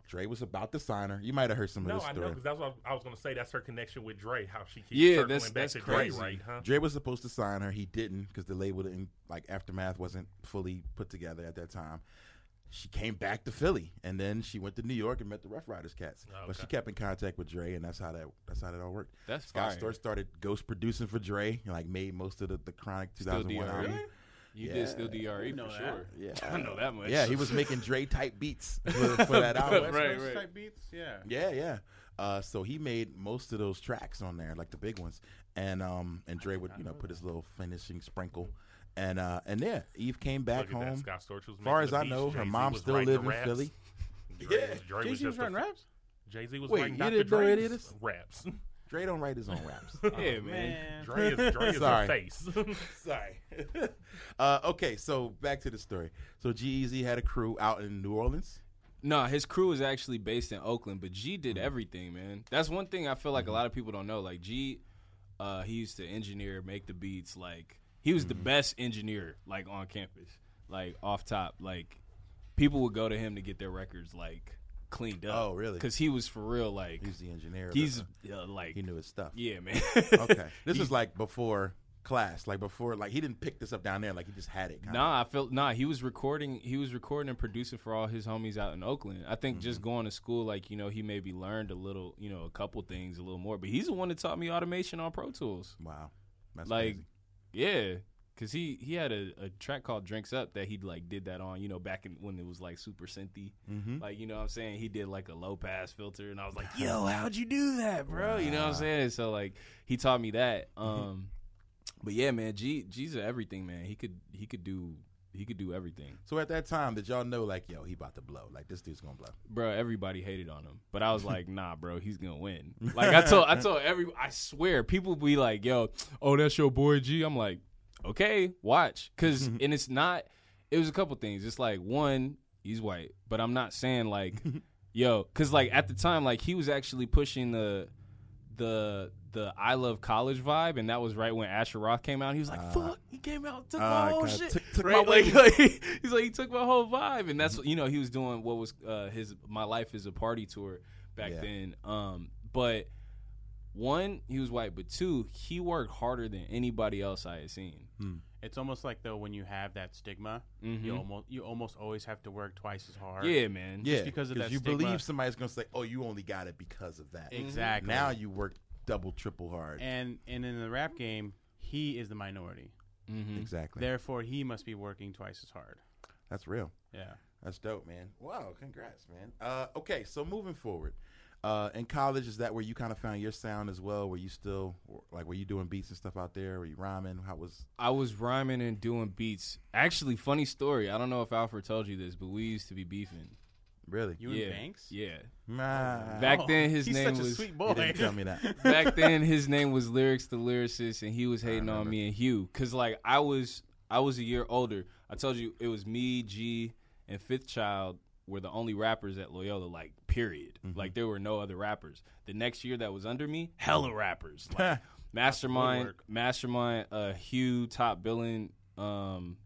S1: Dre was about to sign her. You might have heard some of
S5: Uh, No,
S1: this
S5: I
S1: story.
S5: know because that's what I was gonna say. That's her connection with Dre. How she keeps
S2: Yeah,
S5: circling
S2: that's-
S5: back
S2: that's
S5: to
S2: crazy.
S5: Dre, right? Huh?
S1: Dre was supposed to sign her. He didn't because the label didn't like aftermath wasn't fully put together at that time. She came back to Philly and then she went to New York and met the Rough Riders cats. But she kept in contact with Dre and that's how that that's how that all worked.
S2: That's
S1: Scott
S2: fire.
S1: Storch started ghost producing for Dre and like made most of the, the Chronic two
S2: Still
S1: thousand one
S2: DRE.
S1: album.
S2: You
S1: Yeah.
S2: did still DRE for sure.
S1: Yeah,
S2: I know that much.
S1: Yeah, he was making Dre type beats for, for that album.
S2: Right, right.
S6: Type beats, yeah.
S1: Yeah, yeah. Uh, so he made most of those tracks on there, like the big ones, and um, and Dre would you know put his little finishing sprinkle, and uh, and yeah, Eve came back
S5: Look at that.
S1: home.
S5: Scott Storch was
S1: far
S5: making
S1: as
S5: the
S1: I
S5: beats.
S1: know, her
S5: Jay-Z
S1: mom
S5: was
S1: still
S5: writing the
S1: live in
S5: raps.
S1: Jay-Z
S5: Dre, yeah, Dre
S6: Jay
S5: was
S6: Z was
S5: just
S6: writing
S5: a-
S6: raps.
S5: Jay Z was
S1: Wait,
S5: writing
S1: you
S5: Dr.
S1: didn't know any of
S5: Dre's
S1: this?
S5: raps.
S1: Dre don't write his own raps.
S2: Yeah, man.
S6: Man.
S5: Dre is Dre is
S1: Sorry.
S5: a face.
S1: Sorry. uh, okay, so back to the story. So G-Eazy had a crew out in New Orleans.
S2: No, his crew is actually based in Oakland, but G
S1: Mm.
S2: did everything, man. That's one thing I feel like
S1: Mm-hmm.
S2: a lot of people don't know. Like G, uh, he used to engineer, make the beats. Like he was the
S1: Mm-hmm.
S2: best engineer, like on campus, like off top. Like people would go to him to get their records like cleaned up.
S1: Oh, really?
S2: Because he was for real. Like
S1: He's the engineer.
S2: he's
S1: but
S2: uh, like
S1: he knew his stuff.
S2: Yeah, man.
S1: Okay, this is like before class, like before, like he didn't pick this up down there, like he just had it. kinda.
S2: Nah, I felt nah. He was recording. He was recording and producing for all his homies out in Oakland. I think just going to school, like you know, he maybe learned a little, you know, a couple things, a little more. But he's the one that taught me automation on Pro Tools.
S1: Wow. That's
S2: Like,
S1: crazy.
S2: yeah, because he he had a, a track called "Drinks Up" that he like did that on. You know, back in when it was like super synthy.
S1: Mm-hmm.
S2: Like you know, what I'm saying he did like a low pass filter, and I was like, yo, how'd you do that, bro? You know what I'm saying? So like he taught me that.
S1: Mm-hmm.
S2: Um, but yeah, man, G G's a everything, man. He could he could do. He could do everything.
S1: So at that time, did y'all know like, yo, he about to blow? Like this dude's gonna blow.
S2: bro, everybody hated on him. But I was like, nah, bro, he's gonna win. Like I told I told every I swear, people be like, yo, oh, that's your boy G. I'm like, okay, watch. Cause and it's not it was a couple things. It's like one, he's white, but I'm not saying like, yo, cause like at the time, like he was actually pushing the the the I love college vibe, and that was right when Asher Roth came out. He was like, "Fuck!" He came out, took
S1: uh,
S2: my
S6: Ah,
S2: whole
S1: Ah. kinda
S2: shit,
S1: took- took
S2: right?
S1: my
S2: like, like, he's like, he took my whole vibe, and that's what you know. He was doing what was uh, his "My Life Is a Party" tour back
S1: Yeah.
S2: then. Um, but one, he was white, but two, he worked harder than anybody else I had seen.
S6: It's almost like though when you have that stigma, you almost you almost always have to work twice as hard.
S2: Yeah, man.
S1: Yeah,
S6: because of that
S1: you
S6: stigma.
S1: believe somebody's gonna say, "Oh, you only got it because of that."
S2: Mm-hmm.
S6: Exactly.
S1: Now you work double, triple hard.
S6: And and in the rap game, he is the minority.
S1: exactly.
S6: Therefore, he must be working twice as hard.
S1: That's real.
S6: Yeah.
S1: That's dope, man. Wow, congrats, man. Uh, okay, so moving forward, uh, in college, is that where you kind of found your sound as well? Were you still like, were you doing beats and stuff out there? Were you rhyming? How was?
S2: I was rhyming and doing beats. Actually, funny story. I don't know if Alfred told you this, but we used to be beefing.
S1: Really?
S6: You
S2: yeah,
S6: and Banks.
S2: Yeah.
S1: nah.
S2: Back
S6: Oh,
S2: then, his
S6: he's
S2: name
S6: such
S2: was
S6: a sweet
S1: You
S6: boy.
S1: didn't tell me that.
S2: back then his name was lyrics the lyricist and he was hating on me and hugh because like i was i was a year older i told you it was me g and fifth child were the only rappers at loyola like
S1: Mm-hmm.
S2: period like there were no other rappers the next year that was under me hella rappers like Mastermind,
S6: Woodwork.
S2: Mastermind, uh, Hugh, Top Billion, um,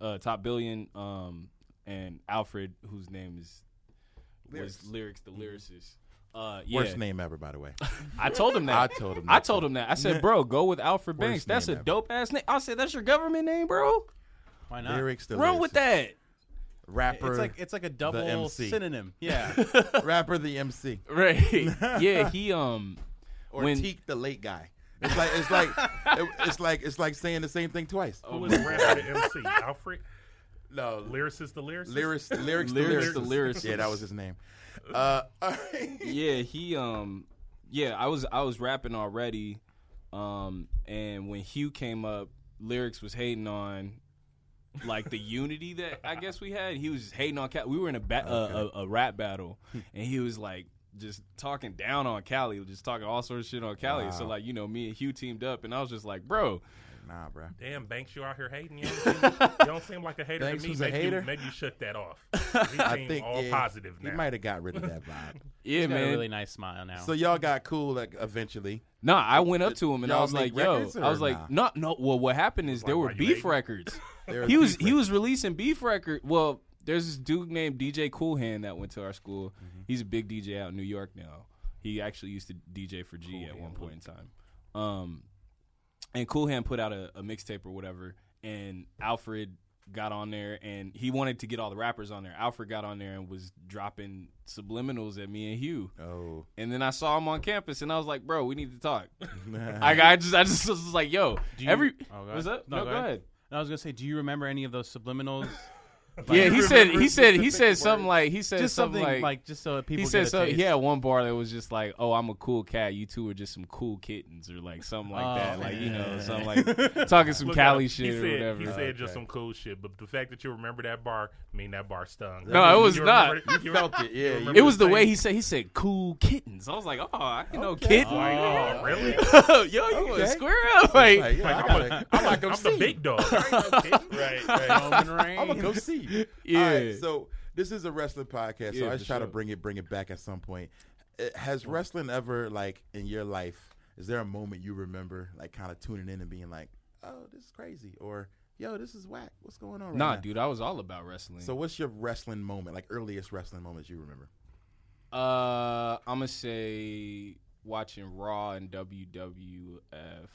S2: uh, Top Billion, um, and Alfred, whose name is
S1: Lyrics. Mm-hmm.
S2: was lyrics, the lyricist. Uh, yeah.
S1: Worst name ever, by the way.
S2: I told him that.
S1: I told him
S2: I
S1: that,
S2: told
S1: too.
S2: him that. I said, bro, go with Alfred Banks.
S1: Worst
S2: That's a
S1: name ever.
S2: dope ass name. I said, that's your government name, bro.
S6: Why not?
S1: Lyrics the
S2: Run with
S1: lyricist.
S2: that.
S1: Rapper.
S6: It's like it's like a double
S1: MC.
S6: synonym. Yeah.
S1: rapper the MC.
S2: Right. yeah, he um
S1: Or
S2: When-
S1: Teak the late guy. It's like it's like it- it's like it's like saying the same thing twice.
S5: Who was rapping the MC? Alfred?
S1: No,
S5: Lyricist the lyricist?
S1: lyrics, lyrics,
S2: Lyrics
S1: the
S2: the
S1: lyricist.
S2: lyricist.
S1: Yeah, that was his name. Uh, all right.
S2: yeah, he um yeah, I was I was rapping already. Um and when Hugh came up, lyrics was hating on like the unity that I guess we had. He was just hating on Cali. We were in a, ba- a, a a rap battle and he was like just talking down on Cali, just talking all sorts of shit on Cali. So like, you know, me and Hugh teamed up and I was just like, "Bro,
S1: Nah, bro.
S5: Damn, Banks, you out here hating. You don't seem, you don't seem like a hater
S1: Banks
S5: to me.
S1: was a
S5: maybe,
S1: hater?
S5: You, maybe you shut that off. We
S1: I
S5: seem
S1: think
S5: all
S1: yeah,
S5: positive now.
S1: He might have got rid of that vibe.
S2: yeah,
S6: He's got a
S2: man.
S6: really nice smile now.
S1: so y'all got cool like eventually.
S2: No, I went up to him and I
S1: y'all
S2: was like,
S1: make
S2: "Yo,"
S1: records
S2: I was
S1: or
S2: like, "No, no." Well, what happened is there
S5: why
S2: were
S5: you
S2: beef
S5: hating?
S2: records.
S1: There
S2: he was
S1: beef
S2: he was releasing beef record. Well, there's this dude named DJ Cool Hand that went to our school.
S1: Mm-hmm.
S2: He's a big DJ out in New York now. He actually used to DJ for G at one point in time. Um, and Cool Hand put out a, a mixtape or whatever, and Alfred got on there and he wanted to get all the rappers on there. Alfred got on there and was dropping subliminals at me and Hugh.
S1: Oh,
S2: And then I saw him on campus, and I was like, "Bro, we need to talk." I, I just, I just was like, "Yo,
S6: Do you-
S2: every
S6: Oh, go
S2: what's
S6: ahead.
S2: up? No, go, ahead."
S6: No, I was gonna say, do you remember any of those subliminals?
S2: yeah, he said,
S5: remember
S2: he said, he
S5: specific
S2: said something like, he said
S6: just something like, just so that people.
S2: he
S6: get
S2: said
S6: a
S2: something.
S6: taste.
S2: He had one bar that was just like, "Oh, I'm a cool cat. You two are just some cool kittens," or like something like
S6: Oh,
S2: that. Like you know, something like talking some
S5: Look
S2: Cali
S5: up.
S2: shit
S5: he
S2: or
S5: said,
S2: whatever.
S5: He said just some cool shit, but the fact that you remember that bar, I mean that bar stung.
S2: No, it was
S5: You
S2: not.
S5: remember- You felt it.
S1: yeah, you-
S2: it was the way he said. He said, "Cool kittens." I was like, "Oh, I you know kitten."
S5: Oh, really?
S2: Yo, you a square up? Like,
S1: Oh, like, yeah, I
S5: I'm,
S1: gotta,
S5: a, I'm,
S1: I gotta
S5: like, I'm
S1: go
S5: the
S1: see.
S5: big dog. right, right.
S1: I'm gonna go see.
S2: Yeah.
S1: All right, so this is a wrestling podcast, so I
S2: Yeah,
S1: just
S2: for
S1: try to
S2: sure.
S1: bring it, bring it back at some point. Uh, Has wrestling ever like in your life? Is there a moment you remember, like kind of tuning in and being like, "Oh, this is crazy," or "Yo, this is whack. What's going on?" Right
S2: nah,
S1: now?
S2: dude, I was all about wrestling.
S1: So, what's your wrestling moment, like earliest wrestling moments you remember?
S2: Uh, I'm gonna say watching Raw and WWF.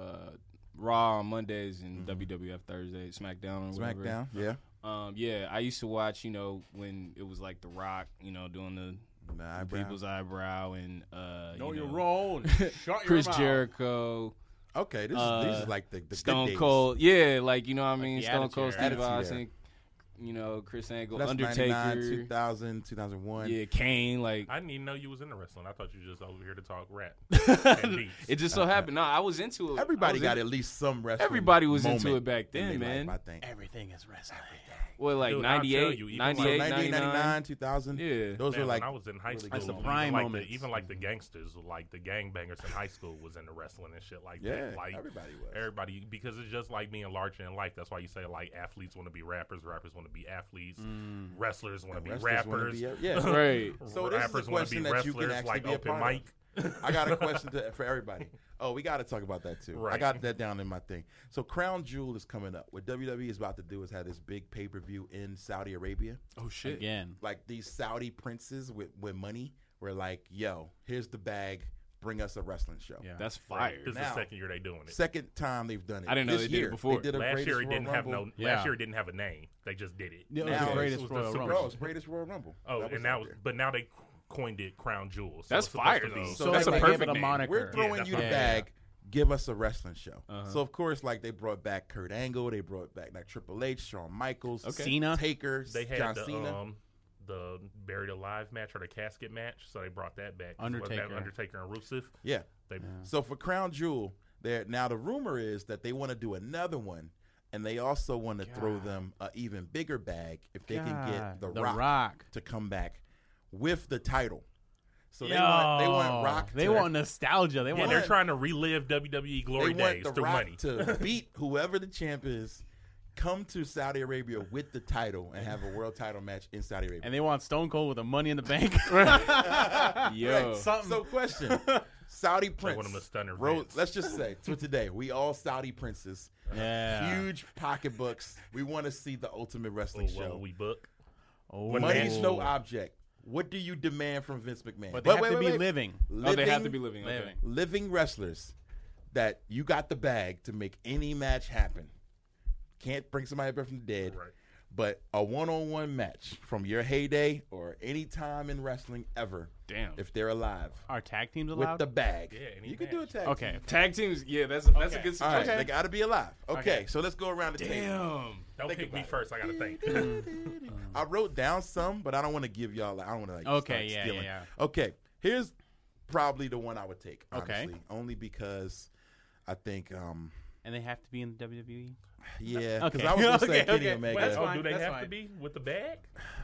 S2: Uh, Raw on Mondays and WWF Thursdays, SmackDown or whatever.
S1: Mm-hmm. SmackDown, yeah.
S2: Um, yeah, I used to watch. You know, when it was like The Rock, you know, doing the
S1: The
S2: the
S1: eyebrow.
S2: people's uh, eyebrow and uh,
S6: Know
S2: you
S6: your
S2: know,
S6: role. and Shut
S2: Chris
S6: your mouth.
S2: Jericho,
S1: Okay, this
S2: Uh,
S1: is this is like the, the good
S2: Stone
S1: days.
S2: Cold. Yeah, like you know, what I mean,
S6: the
S2: Stone
S6: Attitude
S2: Cold,
S6: Era.
S2: Steve
S1: Attitude Era.
S2: Austin, you know, Chris Angle,
S1: That's 99,
S2: Undertaker,
S1: 2000, 2001.
S2: yeah, Kane, like
S5: I didn't even know you was in the wrestling. I thought you were just over here to talk rap. and beats.
S2: It just so happened. No, I was into it. I
S1: Everybody
S2: was
S1: got at
S2: in-
S1: least some wrestling.
S2: Everybody was into
S1: moment
S2: it back
S1: in
S2: then,
S1: their life,
S2: man.
S1: I think.
S6: Everything is wrestling.
S2: Well, like
S5: Dude, I'll tell
S2: 98,
S5: you, even like-
S1: So
S2: 98,
S1: 1999, 2000.
S2: Yeah.
S1: Those
S5: Man,
S1: were like
S5: when I was in high school.
S6: That's the
S5: even
S6: prime
S5: like
S6: moments.
S5: The, even like the gangsters, like the gangbangers in high school, was into wrestling and shit like
S1: Yeah,
S5: that. Like
S1: everybody was.
S5: Everybody because it's just like being larger in life. That's why you say like athletes want to be rappers, rappers want to be athletes, wrestlers want to be
S1: Mm. wrestlers wanna
S5: rappers,
S1: be- yeah.
S2: Right.
S1: So this is a
S5: rappers want to
S1: question
S5: be
S1: that you can
S5: wrestlers,
S1: actually
S5: like
S1: be a
S5: open
S1: part
S5: mic.
S1: of. I got a question to, for everybody. Oh, we got to talk about that too. I
S5: Right.
S1: got that down in my thing. So Crown Jewel is coming up. What WWE is about to do is have this big pay per view in Saudi Arabia.
S2: Oh shit.
S6: Again.
S1: Like these Saudi princes with with money were like, "Yo, here's the bag. Bring us a wrestling show."
S6: Yeah.
S2: That's
S5: Right.
S2: fire.
S5: This is
S1: Now-
S5: the second year they doing it.
S1: Second time they've done it.
S2: I didn't know
S1: This
S2: they did it
S1: year,
S2: before.
S1: They did a
S5: Last
S1: greatest
S5: year it
S1: Royal
S5: didn't have no.
S1: Rumble.
S6: Yeah.
S5: Last year it didn't have a name. They just did it.
S6: It was
S1: Now-
S6: the
S5: It
S6: greatest
S5: was the
S6: Royal
S5: Super
S6: Rumble.
S1: Bro, it's greatest Royal Rumble.
S5: Oh,
S1: That
S5: and that
S1: out
S5: was,
S1: there.
S5: but now they coined it Crown Jewel. So
S2: That's
S5: it's supposed
S2: fire.
S5: to
S2: Though.
S5: be-
S1: So
S2: that's
S1: they
S2: a
S1: gave
S2: perfect
S6: it a
S5: um,
S2: name.
S6: moniker.
S1: We're
S6: Yeah,
S1: throwing
S5: that's Uh-huh.
S1: you the
S5: what I'm
S1: bag. Give us a wrestling show. So of course, like they brought back Kurt Angle, they brought back like Triple H, Shawn Michaels,
S6: Okay. Cena.
S1: Taker,
S5: They had
S1: John
S5: the,
S1: Cena.
S5: Um, the buried alive match or the casket match, so they brought that back. So what, that
S6: Undertaker.
S5: Undertaker and Rusev.
S1: yeah.
S5: They,
S1: So for Crown Jewel, there now the rumor is that they want to do another one, and they also want to throw them an even bigger bag if they can get
S6: God,
S1: the,
S6: The
S1: Rock,
S6: Rock.
S1: to come back with the title. So they want they want
S6: Yo,
S1: Rock.
S6: They
S1: to,
S6: want nostalgia. They
S5: Yeah,
S6: want.
S5: they're trying to relive WWE glory
S1: they want
S5: days
S1: the
S5: through
S1: Rock
S5: money.
S1: to beat whoever the champ is, come to Saudi Arabia with the title and have a world title match in Saudi Arabia.
S6: and they want Stone Cold with the money in the bank.
S2: Yo.
S1: So question. Saudi
S5: They
S1: prince.
S5: want them to stun their
S1: Ro-
S5: vents.
S1: let's just say for today, we all Saudi princes.
S6: Yeah.
S1: Huge pocketbooks. We want to see the ultimate
S5: Oh,
S1: wrestling
S5: well,
S1: show.
S5: we book.
S6: Oh,
S1: Money's
S6: man.
S1: no object. What do you demand from Vince McMahon?
S6: But they
S1: Wait,
S6: have
S1: wait,
S6: to
S1: wait,
S6: be
S1: wait.
S6: living.
S2: Oh, they have to
S1: Living-
S2: be living. Okay.
S6: Living.
S1: living wrestlers that you got the bag to make any match happen. Can't bring somebody back from the dead.
S5: Right.
S1: But a one on one match from your heyday or any time in wrestling ever,
S2: Damn.
S1: if they're alive,
S6: Are tag teams
S1: with
S6: allowed?
S1: the bag.
S5: Yeah, any
S1: you could do a
S5: match.
S1: tag.
S6: okay.
S2: Tag teams. Yeah, that's that's a good
S1: All right,
S2: suggestion.
S1: they got to be alive. Okay,
S6: Okay.
S1: so let's go around the table.
S2: Damn.
S5: Don't
S1: Think
S5: pick
S1: about
S5: me
S1: it.
S5: first. I gotta think. Oh,
S1: I wrote down some, but I don't want to give y'all. Like, I don't want to. Like,
S6: Okay,
S1: start
S6: yeah, yeah,
S1: stealing.
S6: yeah.
S1: Okay, here's probably the one I would take.
S6: Okay.
S1: Honestly, only because I think, um,
S6: And they have to be in the E? WWE?
S1: yeah, because
S6: Okay.
S1: I was gonna say
S6: Okay,
S1: Kenny
S6: okay.
S1: Omega.
S6: Well, that's
S5: oh,
S6: fine,
S5: do they
S6: that's
S5: have to
S6: fine.
S5: be with the bag?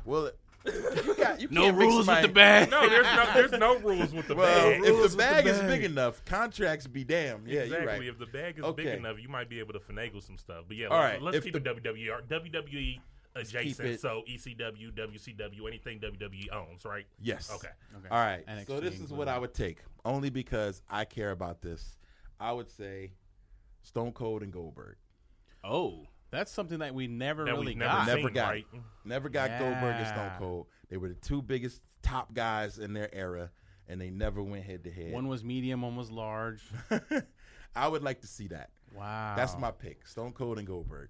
S1: Well, you got you
S2: No
S1: can't make
S2: rules with
S1: somebody-
S2: the bag.
S5: No, there's no there's no rules with the
S1: Well,
S5: bag.
S1: if
S2: rules
S1: the
S2: with
S1: bag
S2: the
S1: is
S2: bag.
S1: big enough, contracts be damn. Yeah,
S5: exactly.
S1: you're right.
S5: If the bag is
S1: Okay.
S5: big enough, you might be able to finagle some stuff. But yeah,
S1: All
S5: let's,
S1: right,
S5: let's
S1: if
S5: keep
S1: the-
S5: it E, WWE or WWE
S1: it-
S5: adjacent. So E ECW, WCW, anything WWE owns, right?
S1: Yes.
S5: Okay.
S6: Okay.
S1: All right.
S6: NXT
S1: so this is what I would take, only because I care about this. I would say Stone Cold and Goldberg.
S6: Oh, that's something that we never
S5: That we
S6: really
S5: never
S6: got.
S5: seen.
S1: Never
S5: think,
S1: got,
S5: right?
S1: never got Goldberg and Stone
S6: Yeah.
S1: Cold. They were the two biggest top guys in their era, and they never went head to head.
S6: One was medium, one was large.
S1: I would like to see that.
S6: Wow. Hmm.
S1: That's my pick: Stone Cold and Goldberg.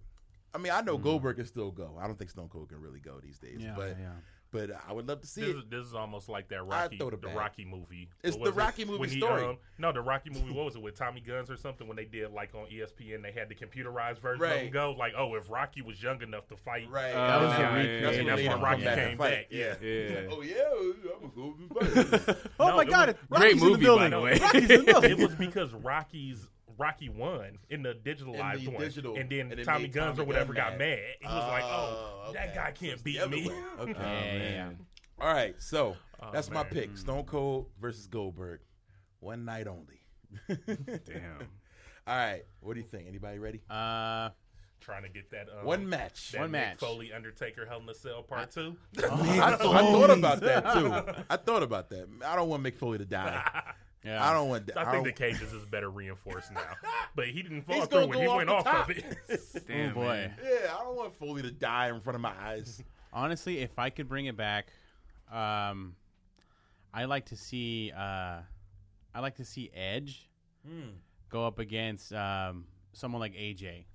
S1: I mean, I know Goldberg can still go. I don't think Stone Cold can really go these days,
S6: Yeah,
S1: but
S6: yeah.
S1: but I would love to see
S5: This
S1: it.
S5: is, this is almost like that Rocky,
S1: throw
S5: the,
S1: the bag.
S5: Rocky movie.
S1: It's
S5: What was
S1: the Rocky
S5: it?
S1: movie
S5: When he,
S1: story.
S5: um, no, the Rocky movie. What was it with Tommy Guns or something? When they did like on E ESPN, they had the computerized version of
S1: Right.
S5: him go. Like, oh, if Rocky was young enough to fight,
S1: Right.
S2: Uh,
S1: That's
S2: yeah,
S1: when
S2: yeah, yeah,
S1: they
S2: yeah.
S1: had to
S2: Rocky
S1: come back
S5: came
S1: and fight.
S5: back, yeah.
S2: Yeah.
S1: Oh yeah, I'm gonna go fight.
S6: oh
S5: No,
S6: my
S5: it
S6: God!
S5: was-
S6: it-
S2: Great
S6: Rocky's in the
S2: movie, by
S6: building.
S2: the way.
S6: Rocky's in the building.
S5: it was because Rocky's Rocky won in the digitalized
S1: In the
S5: one,
S1: digital,
S5: and then
S1: and it
S5: Tommy
S1: made
S5: Guns
S1: Tommy
S5: or whatever
S1: Gunn
S5: got
S1: mad.
S5: mad. He was like, "Oh,
S1: Oh,
S5: that
S1: okay.
S5: guy
S1: So it's
S5: can't
S1: the
S5: beat
S1: other
S5: me."
S1: way. Okay.
S6: Yeah, yeah, Oh, Hmm. yeah.
S2: Oh, man.
S1: All right, so that's my
S5: man.
S1: pick: Stone Cold versus Goldberg, one night only.
S2: Damn.
S1: All right, what do you think? Anybody ready?
S6: Uh,
S5: Trying to get that um,
S1: One match.
S5: that
S6: One
S5: Mick
S6: match.
S5: Foley Undertaker Hell in a Cell Part Two.
S1: I, th- I thought about that too. I thought about that. I don't want Mick Foley to die.
S6: yeah.
S1: I don't want. that.
S5: I
S1: I
S5: think the
S1: don't-
S5: cages is better reinforced now, but he didn't fall
S1: He's gonna
S5: through when
S1: go
S5: he
S1: off
S5: went
S1: the
S5: off
S1: top.
S5: of it.
S6: Oh
S2: Damn.
S6: boy.
S2: man.
S1: Yeah, I don't want Foley to die in front of my eyes.
S6: Honestly, if I could bring it back, um, I like to see uh, I like to see Edge Hmm. go up against um, someone like AJ.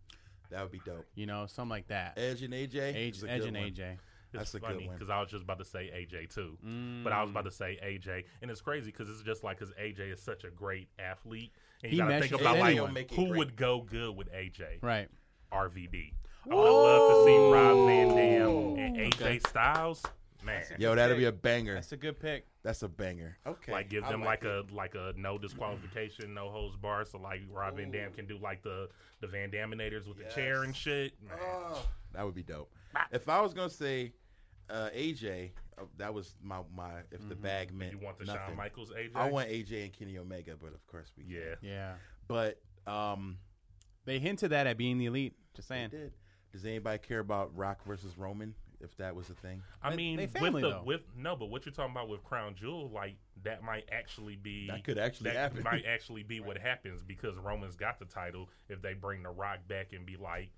S1: That would be dope.
S6: You know, something like that.
S1: Edge and AJ.
S6: Edge,
S1: is a
S6: Edge
S1: good
S6: and
S1: one.
S6: AJ.
S1: That's a good one.
S5: because I was just about to say AJ too, but I was about to say AJ, and it's crazy because it's just like because AJ is such a great athlete, and you
S6: He
S5: gotta think
S6: meshes
S5: about like
S6: with
S1: anyone.
S5: who would go good with AJ,
S6: Right.
S5: RVD. I would love to see Rob Van
S1: Oh,
S5: Dam and AJ Styles. Man,
S1: Yo, that'd be a banger.
S6: That's a good pick.
S1: That's a banger. Okay.
S5: like give
S1: I
S5: them like,
S1: it.
S5: a like a no disqualification, no holds bar. So like Rob Van Dam can do like the the Van Daminators with the chair and shit. Man.
S1: That would be dope. If I was gonna say uh, AJ, uh, that was my my. If the bag meant
S5: Mm-hmm. you want the
S1: nothing.
S5: Shawn Michaels AJ?
S1: I want AJ and Kenny Omega, but of course we.
S5: yeah.
S6: Yeah.
S1: But um,
S6: They hinted that at being the elite. Just
S1: they
S6: saying.
S1: did. Does anybody care about Rock versus Roman? If that was a thing.
S5: I
S6: They-
S5: mean,
S6: they
S5: with
S6: family,
S5: the
S6: though.
S5: with no, but what you're talking about with Crown Jewel, like that might actually be
S1: That could actually
S5: that
S1: happen.
S5: Might actually be what happens because Roman's got the title. If they bring the Rock back and be like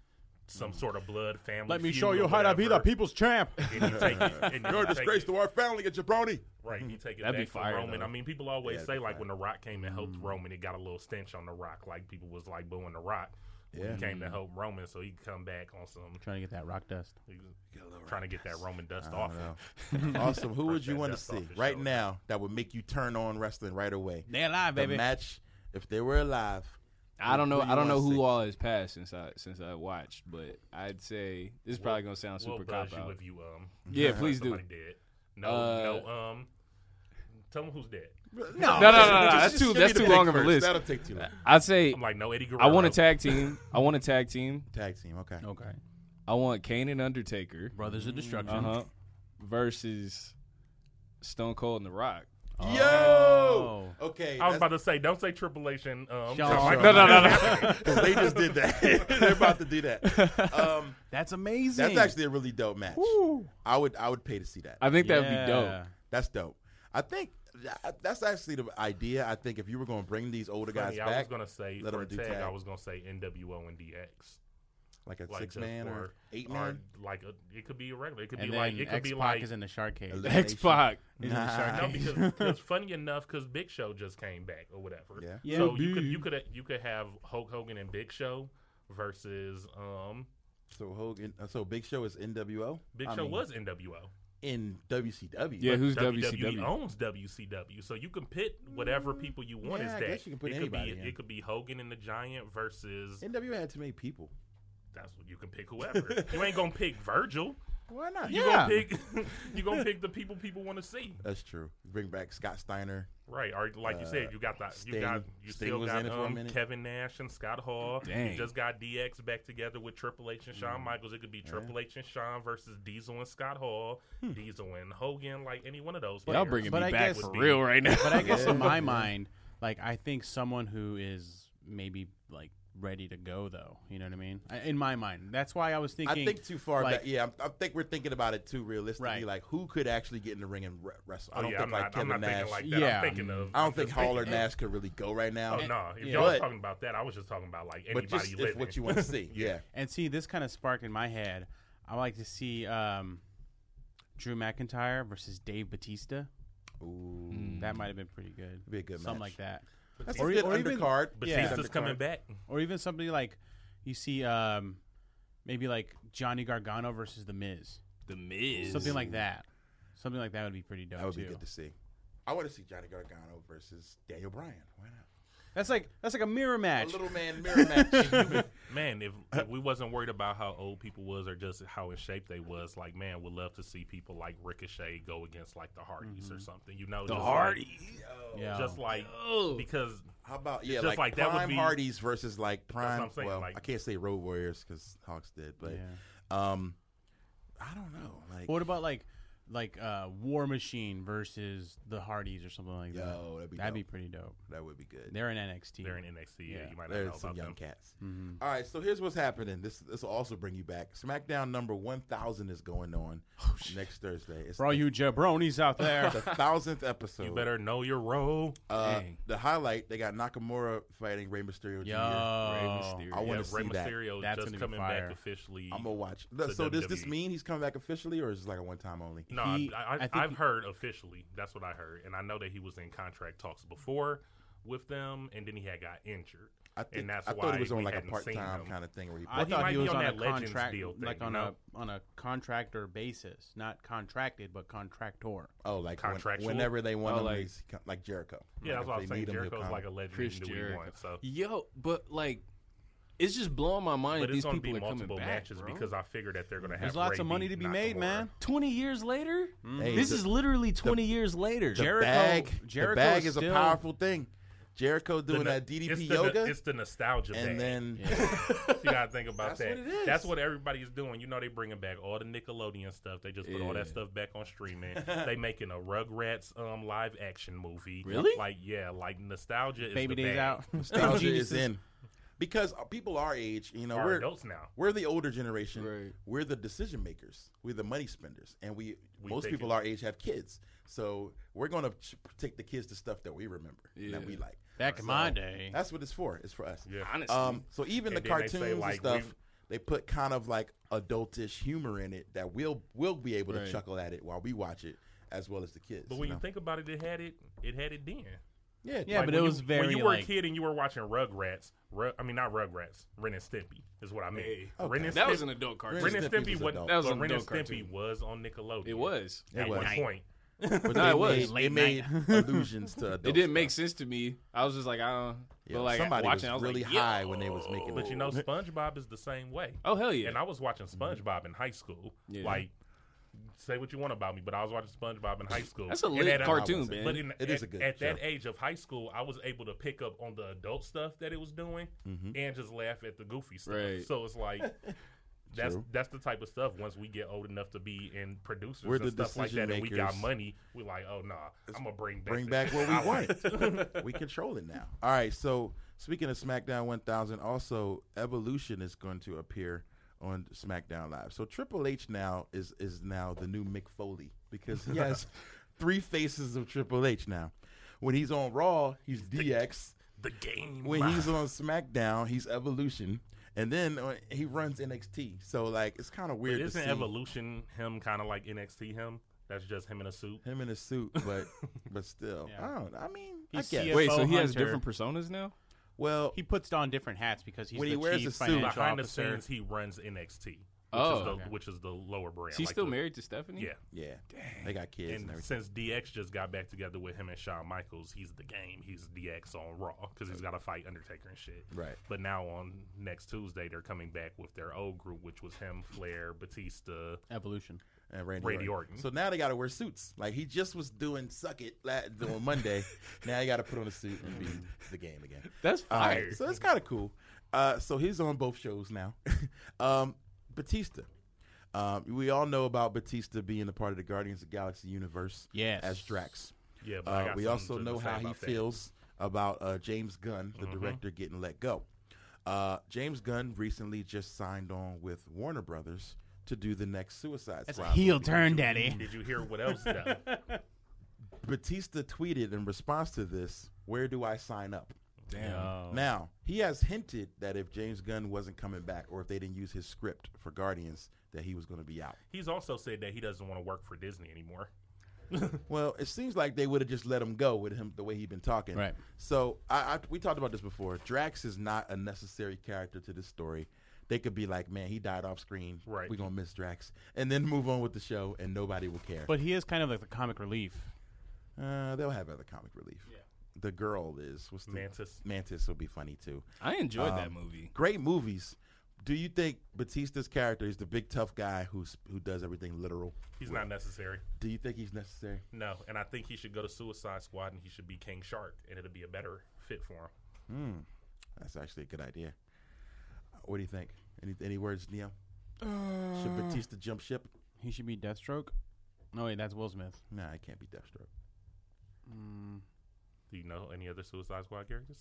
S5: some sort of blood family, feud or whatever,
S6: people's champ.
S5: And you take it, and you take it.
S1: to our family, you jabroni.
S5: Right, you take it
S2: That'd be
S5: back from
S2: fire,
S5: Roman.
S2: though.
S5: I mean, people always
S1: Yeah,
S5: say
S1: that'd be
S5: like
S1: fire. Mm.
S5: when the Rock came and helped Roman, it got a little stench on the Rock. Like people was like booing the Rock when he
S2: Mm.
S5: came to help Roman, so he could come back on some
S6: Trying to get that rock dust.
S5: he was trying to get that Roman dust off.
S1: awesome. Who would
S5: Brush
S1: you
S5: that
S1: want to
S5: dust off
S1: see
S5: his
S1: right
S5: shoulder.
S1: now that would make you turn on wrestling right away?
S6: They alive,
S1: The
S6: baby.
S1: match, if they were alive.
S2: I don't know.
S1: Who you
S2: I don't know
S1: wanna
S2: who
S1: see?
S2: all has passed since I since I watched, but I'd say this is probably gonna sound
S5: We'll
S2: super
S5: buzz
S2: cop
S5: you
S2: out.
S5: if you um
S2: Yeah, please do.
S5: somebody did. No,
S2: Uh,
S5: no. Um, tell them who's dead.
S1: No,
S2: no, no, no, that's too-
S1: give me
S2: that's
S1: the
S2: too
S1: pick
S2: long of a
S1: first.
S2: list.
S1: That'll take
S5: Uh,
S1: too long.
S2: I'd say
S5: I'm like no Eddie Guerrero.
S2: I want a tag team. I want a tag team.
S1: Tag team, okay.
S2: Oh.
S6: Okay.
S2: I want Kane and Undertaker.
S6: Brothers of Destruction.
S2: Uh huh. Versus Stone Cold and The Rock.
S5: Oh,
S1: Yo,
S2: Oh.
S1: okay.
S5: I
S1: that's-
S5: was about to say, don't say Triple H and um,
S6: Shawn.
S5: Shawn
S2: No, no, no, no.
S1: they just did that. They're about to do that. Um,
S6: That's amazing.
S1: that's actually a really dope match. I would I would pay to see that.
S2: I think that would be
S6: Yeah.
S2: dope.
S1: That's dope. I think I- that's actually the idea. I think if you were going to bring these older guys
S5: Funny, I was
S1: back,
S5: gonna say
S1: let
S5: for a
S1: them do
S5: tag,
S1: tag.
S5: I was gonna say NWO and DX,
S1: like a
S5: like
S1: six
S5: just
S1: man or
S5: for-
S1: eight
S5: or
S1: man.
S5: like a, it could be irregular. It could
S6: and
S5: be like it
S6: then
S5: could
S6: X
S5: be
S6: Pac
S5: like
S6: is in the shark cage.
S1: Ele-
S2: X Pac.
S6: He's in the shark
S5: No,
S6: cage.
S5: because, because funny enough, because Big Show just came back or whatever.
S1: Yeah.
S2: Yeah,
S5: so you could
S2: dude.
S5: you could you could have Hulk Hogan and Big Show versus um
S1: So Hogan, uh, so Big Show is NWO.
S5: Big
S1: I
S5: Show
S1: mean,
S5: was NWO.
S1: in WCW.
S2: Yeah, who's
S5: WWE
S2: WCW?
S5: E owns WCW, so you can pit whatever people you want.
S1: yeah,
S5: is
S1: I
S5: that
S1: guess you can put
S5: it could be
S1: anybody in.
S5: it could be Hogan and the Giant versus
S1: NWO had too many people.
S5: that's what you can pick whoever. you ain't gonna pick Virgil.
S1: Why not?
S5: You
S6: Yeah.
S5: gonna pick you gonna pick the people people want to see.
S1: That's true. Bring back Scott Steiner.
S5: Right, or like you said, you got that. You
S1: Uh, Sting-
S5: got you
S1: Sting
S5: still
S1: was
S5: got
S1: in it for a
S5: um,
S1: minute.
S5: Kevin Nash and Scott Hall.
S2: Dang.
S5: You just got DX back together with Triple H and
S1: Mm.
S5: Shawn Michaels. It could be Triple H and Shawn versus Diesel and Scott Hall, Diesel and Hogan, like any one of those.
S2: Hmm. Y'all
S5: players.
S2: bringing
S6: But
S2: me
S6: I
S2: back
S6: guess-
S2: for real right now.
S6: But I guess in my mind, like I think someone who is maybe like ready to go though. You know what I mean? I, in my mind, that's why I was thinking.
S1: I think too far
S6: like,
S1: back. Yeah, I'm, I think we're thinking about it too realistically.
S6: Right.
S1: Like who could actually get in the ring and re- wrestle? I
S5: Oh,
S1: don't
S5: yeah,
S1: think
S5: I'm
S1: like
S5: not, I'm
S1: Kevin
S5: not
S1: Nash.
S5: thinking like that.
S6: Yeah.
S5: I'm thinking of.
S1: I don't think
S5: just thinking
S1: Hall or
S5: of-
S1: Nash could really go right now.
S5: Oh no! If
S6: Yeah.
S5: y'all was
S1: But-
S5: talking about that, I was just talking about like anybody
S1: but just
S5: living.
S1: if what you want to see. yeah.
S6: And see, this kind of sparked in my head. I like to see um, Drew McIntyre versus Dave Batista.
S1: Ooh.
S6: That might have been pretty good.
S1: Be a good
S6: Something
S1: match.
S6: like that.
S1: That's
S6: Or
S1: a
S6: e-
S1: good
S6: or even-
S1: undercard.
S5: Batista's
S1: Good
S5: coming
S1: undercard.
S5: back.
S6: Or even somebody like you see um, maybe like Johnny Gargano versus The Miz.
S2: The Miz.
S6: Something like that. Something like that would be pretty dope
S1: That would
S6: too.
S1: be good to see. I want to see Johnny Gargano versus Daniel Bryan. Why not?
S6: That's like that's like a mirror
S1: A
S6: match.
S1: little man mirror match.
S5: Man, if,
S1: Uh,
S5: if we wasn't worried about how old people was or just how in shape they was, like man, would love to see people like Ricochet go against like the Hardys
S1: Mm-hmm.
S5: or something. You know, the
S6: yeah.
S5: just like because
S1: How about yeah,
S5: Just
S1: like,
S5: like that
S1: prime
S5: would be-
S1: Hardys versus like prime.
S5: I'm saying,
S1: well,
S5: like-
S1: I can't say Road Warriors because Hawks did, but um, I don't know. Like,
S6: what about like like uh, War Machine versus the Hardys or something like that?
S1: Yo, that'd be dope.
S6: pretty dope.
S1: that would be good.
S6: They're in NXT.
S5: they're in NXT, yeah,
S6: Yeah.
S5: you might not know
S1: There's
S5: about
S1: some young
S5: them.
S1: cats. All right, so here's what's happening. This this will also bring you back. SmackDown number one thousand is going on
S5: Oh,
S1: next Thursday. It's
S6: For all
S1: the,
S6: you jabronis out there.
S1: the thousandth episode.
S5: You better know your role.
S1: Uh,
S2: Dang.
S1: the highlight they got Nakamura fighting Rey Mysterio Jr.
S6: Yo.
S2: Mysterio.
S1: I want to
S5: Rey
S1: see that.
S5: Mysterio
S6: That's
S5: just
S6: gonna be
S5: coming
S6: fire.
S5: back officially.
S1: I'm gonna watch.
S5: to E.
S1: So does this
S5: WWE.
S1: mean he's coming back officially, or is this like a one time only?
S5: No, I-
S6: He-
S5: I, I,
S6: I think
S5: I've
S6: he-
S5: heard officially. That's what I heard, and I know that he was in contract talks before with them, and then he had got injured.
S1: I think
S5: and that's
S1: I
S5: why
S1: thought it was on
S5: we
S1: like a
S5: hadn't
S1: part
S5: seen
S1: time
S5: him.
S1: kind of thing where he
S6: I
S5: he
S6: thought
S5: might
S6: he
S5: be
S6: was
S5: on
S6: on,
S5: that
S6: a
S5: Legends
S6: contract,
S5: deal thing,
S6: like
S5: you
S6: on
S5: know?
S6: a on a contractor basis, not contracted but contractor.
S1: Oh, like when-
S5: Contractual?
S1: whenever they want
S2: Oh,
S1: him,
S2: like-
S1: he's co- like Jericho.
S5: Yeah, that's
S1: If
S5: what I
S1: they
S5: was saying.
S1: need him, he'll
S5: Jericho's
S1: come.
S5: like a legend
S2: Chris
S5: we knew he
S2: Jericho.
S5: won, so.
S2: Yo, but like, it's just blowing my mind
S5: But
S2: that
S5: it's
S2: these
S5: gonna
S2: people
S5: be
S2: are coming
S5: multiple
S2: back.
S5: matches
S2: bro.
S5: because I figure that they're gonna have.
S6: There's lots
S5: Ray
S6: of money
S5: beat
S6: to be made,
S5: Nakamura.
S6: man.
S2: Twenty years later,
S1: Hey,
S2: this
S1: the-
S2: is literally twenty years later.
S1: the
S6: Jericho-
S1: bag.
S6: Jericho
S1: the bag
S6: is
S1: is a
S6: still-
S1: powerful thing. Jericho
S5: The
S1: doing
S5: no-
S1: that DDP
S5: it's the, no-
S1: yoga,
S5: It's the nostalgia, bag.
S1: and then
S5: you gotta think about
S1: That's
S5: that.
S1: what it is.
S5: That's what everybody's doing. You know, they bringing back all the Nickelodeon stuff. They just put all
S2: Yeah.
S5: that stuff back on streaming. they making a Rugrats um live action movie.
S2: Really?
S5: Like yeah, like nostalgia. Is
S6: Baby
S5: the
S6: days
S5: bag.
S6: out.
S5: Oh,
S1: nostalgia is
S6: Geniuses.
S1: in. Because uh, people our age, you know,
S5: Are
S1: we're
S5: adults now.
S1: We're the older generation.
S2: Right.
S1: We're the decision makers. We're the money spenders, and we,
S5: We
S1: most
S5: think
S1: people
S5: it-
S1: our age have kids. So we're gonna ch- take the kids to stuff that we remember and that we like.
S6: Back in my day,
S1: That's what it's for. It's for us.
S5: Yeah.
S2: Honestly,
S1: Um, so even
S5: And
S1: the
S5: then they say,
S1: cartoons and
S5: like,
S1: stuff,
S5: we-
S1: they put kind of like adultish humor in it that we'll we'll be able to
S2: Right.
S1: chuckle at it while we watch it, as well as the kids.
S5: But when you
S1: know?
S5: think about it, it had it. It had it then.
S1: yeah,
S6: yeah,
S5: Like,
S6: but it
S5: when
S6: was
S5: you,
S6: very
S5: When you were
S6: like-
S5: a kid and you were watching Rugrats, Rug, I mean not Rugrats, Ren and Stimpy is what I mean. Ren and
S2: that was
S5: Stimpy-
S2: an adult
S1: Ren
S2: cartoon.
S5: Ren and
S1: and Stimpy was
S5: Stimpy was
S1: adult.
S2: That was
S5: but
S2: an
S5: Ren and
S2: adult
S5: Stimpy
S2: cartoon.
S5: was on Nickelodeon.
S2: It was.
S5: at
S1: It
S5: one
S1: was.
S5: point.
S1: but
S2: No,
S1: they
S2: it was.
S1: made, they
S6: Late
S1: made
S6: night.
S1: allusions to adult
S2: It didn't
S1: stuff.
S2: make sense to me. I was just like, I don't.
S1: Yeah,
S2: but like
S1: somebody
S2: watching,
S1: was
S2: I was
S1: really
S2: like,
S1: high
S2: yo.
S1: when they was making.
S5: But
S1: it.
S5: you know, SpongeBob is the same way.
S2: Oh hell yeah!
S5: And I was watching SpongeBob in high school.
S2: Yeah.
S5: Like, say what you want about me, but I was watching SpongeBob in high school.
S2: That's a
S5: And
S2: lit
S5: at
S2: cartoon, man.
S5: But in,
S1: It
S5: at,
S1: is a good
S5: at that
S1: show.
S5: age of high school, I was able to pick up on the adult stuff that it was doing and just laugh at the goofy stuff.
S2: Mm-hmm. Right.
S5: So it's like. That's
S1: True.
S5: that's the type of stuff. Once we get old enough to be in producers
S1: We're
S5: and
S1: the
S5: stuff like that,
S1: decision
S5: and we got
S1: makers.
S5: money, we're like, oh nah, I'm gonna bring back
S1: bring
S5: the
S1: back
S5: shit
S1: what
S5: I
S1: we
S5: like."
S1: want. we control it now. All right. So speaking of SmackDown 1000, also Evolution is going to appear on SmackDown Live. So Triple H now is is now the new Mick Foley because he has three faces of Triple H now. When he's on Raw, he's DX.
S5: The game.
S1: When he's on SmackDown, he's Evolution. And then uh, he runs NXT. So, like, it's kind of weird to
S5: Isn't
S1: see
S5: Evolution him kind of like NXT him? That's just him in a suit.
S1: him in a suit, but but still. I don't know. I mean,
S6: He's
S1: I guess.
S6: CFO.
S2: Wait, so he has
S6: Hunter.
S2: different personas now?
S1: Well,
S6: He puts on different hats because he's
S1: When
S6: the
S1: he wears
S6: chief
S1: a suit
S6: financial
S5: Behind the
S6: officer.
S5: scenes, he runs NXT, which,
S2: Oh.
S5: is, the,
S2: Okay.
S5: which is the lower brand.
S2: Is he
S5: like
S2: still
S5: the-
S2: married to Stephanie?
S5: Yeah.
S1: yeah. They got kids and,
S5: And
S1: everything.
S5: since DX just got back together with him and Shawn Michaels, he's the game. He's DX on Raw because he's got to fight Undertaker and shit.
S1: Right.
S5: But now on next Tuesday, they're coming back with their old group, which was him, Flair, Batista.
S6: Evolution.
S1: and Randy,
S5: Randy Orton.
S1: So now they got to wear suits. Like he just was doing suck it la- on Monday. now he got to put on a suit and be the game again.
S2: That's
S1: All right,
S2: fire.
S1: So it's kind of cool. Uh, so he's on both shows now. um, Batista. Um, we all know about Batista being a part of the Guardians of the Galaxy universe
S6: Yes.
S1: as Drax.
S5: Yeah, but I
S1: Uh,
S5: got
S1: we
S5: something
S1: also
S5: to
S1: know
S5: say
S1: how he
S5: about that. Mm-hmm.
S1: feels about uh, James Gunn, the director, getting let go. Uh, James Gunn recently just signed on with Warner Brothers to do the next Suicide
S6: That's a
S1: Squad.
S6: heel
S1: movie.
S6: turn, daddy.
S5: Did you hear what else? though?
S1: Batista tweeted in response to this, "Where do I sign up?"
S2: Damn.
S1: Now he has hinted that if James Gunn wasn't coming back, or if they didn't use his script for Guardians, that he was going to be out.
S5: He's also said that he doesn't want to work for Disney anymore.
S1: Well, it seems like they would have just let him go with him the way he'd been talking.
S6: Right.
S1: So I, I we talked about this before. Drax is not a necessary character to this story. They could be like, "Man, he died off screen.
S5: Right.
S1: We're gonna miss Drax," and then move on with the show, and nobody will care.
S6: But he is kind of like the comic relief.
S1: uh, they'll have other comic relief. The girl is what's the
S5: Mantis.
S1: Mantis will be funny too.
S2: I enjoyed
S5: Um,
S2: that movie.
S1: great movies. Do you think Batista's character is the big tough guy who's who does everything literal?
S5: He's not necessary.
S1: Do you think he's necessary?
S5: No, and I think he should go to Suicide Squad and he should be King Shark, and it'll be a better fit for him.
S1: That's actually a good idea. Uh, What do you think? Any any words, Neo?
S5: Uh.
S1: Should Batista jump ship?
S6: He should be Deathstroke. No, wait, that's Will Smith.
S1: Nah, it can't be Deathstroke.
S5: Do you know any other Suicide Squad characters?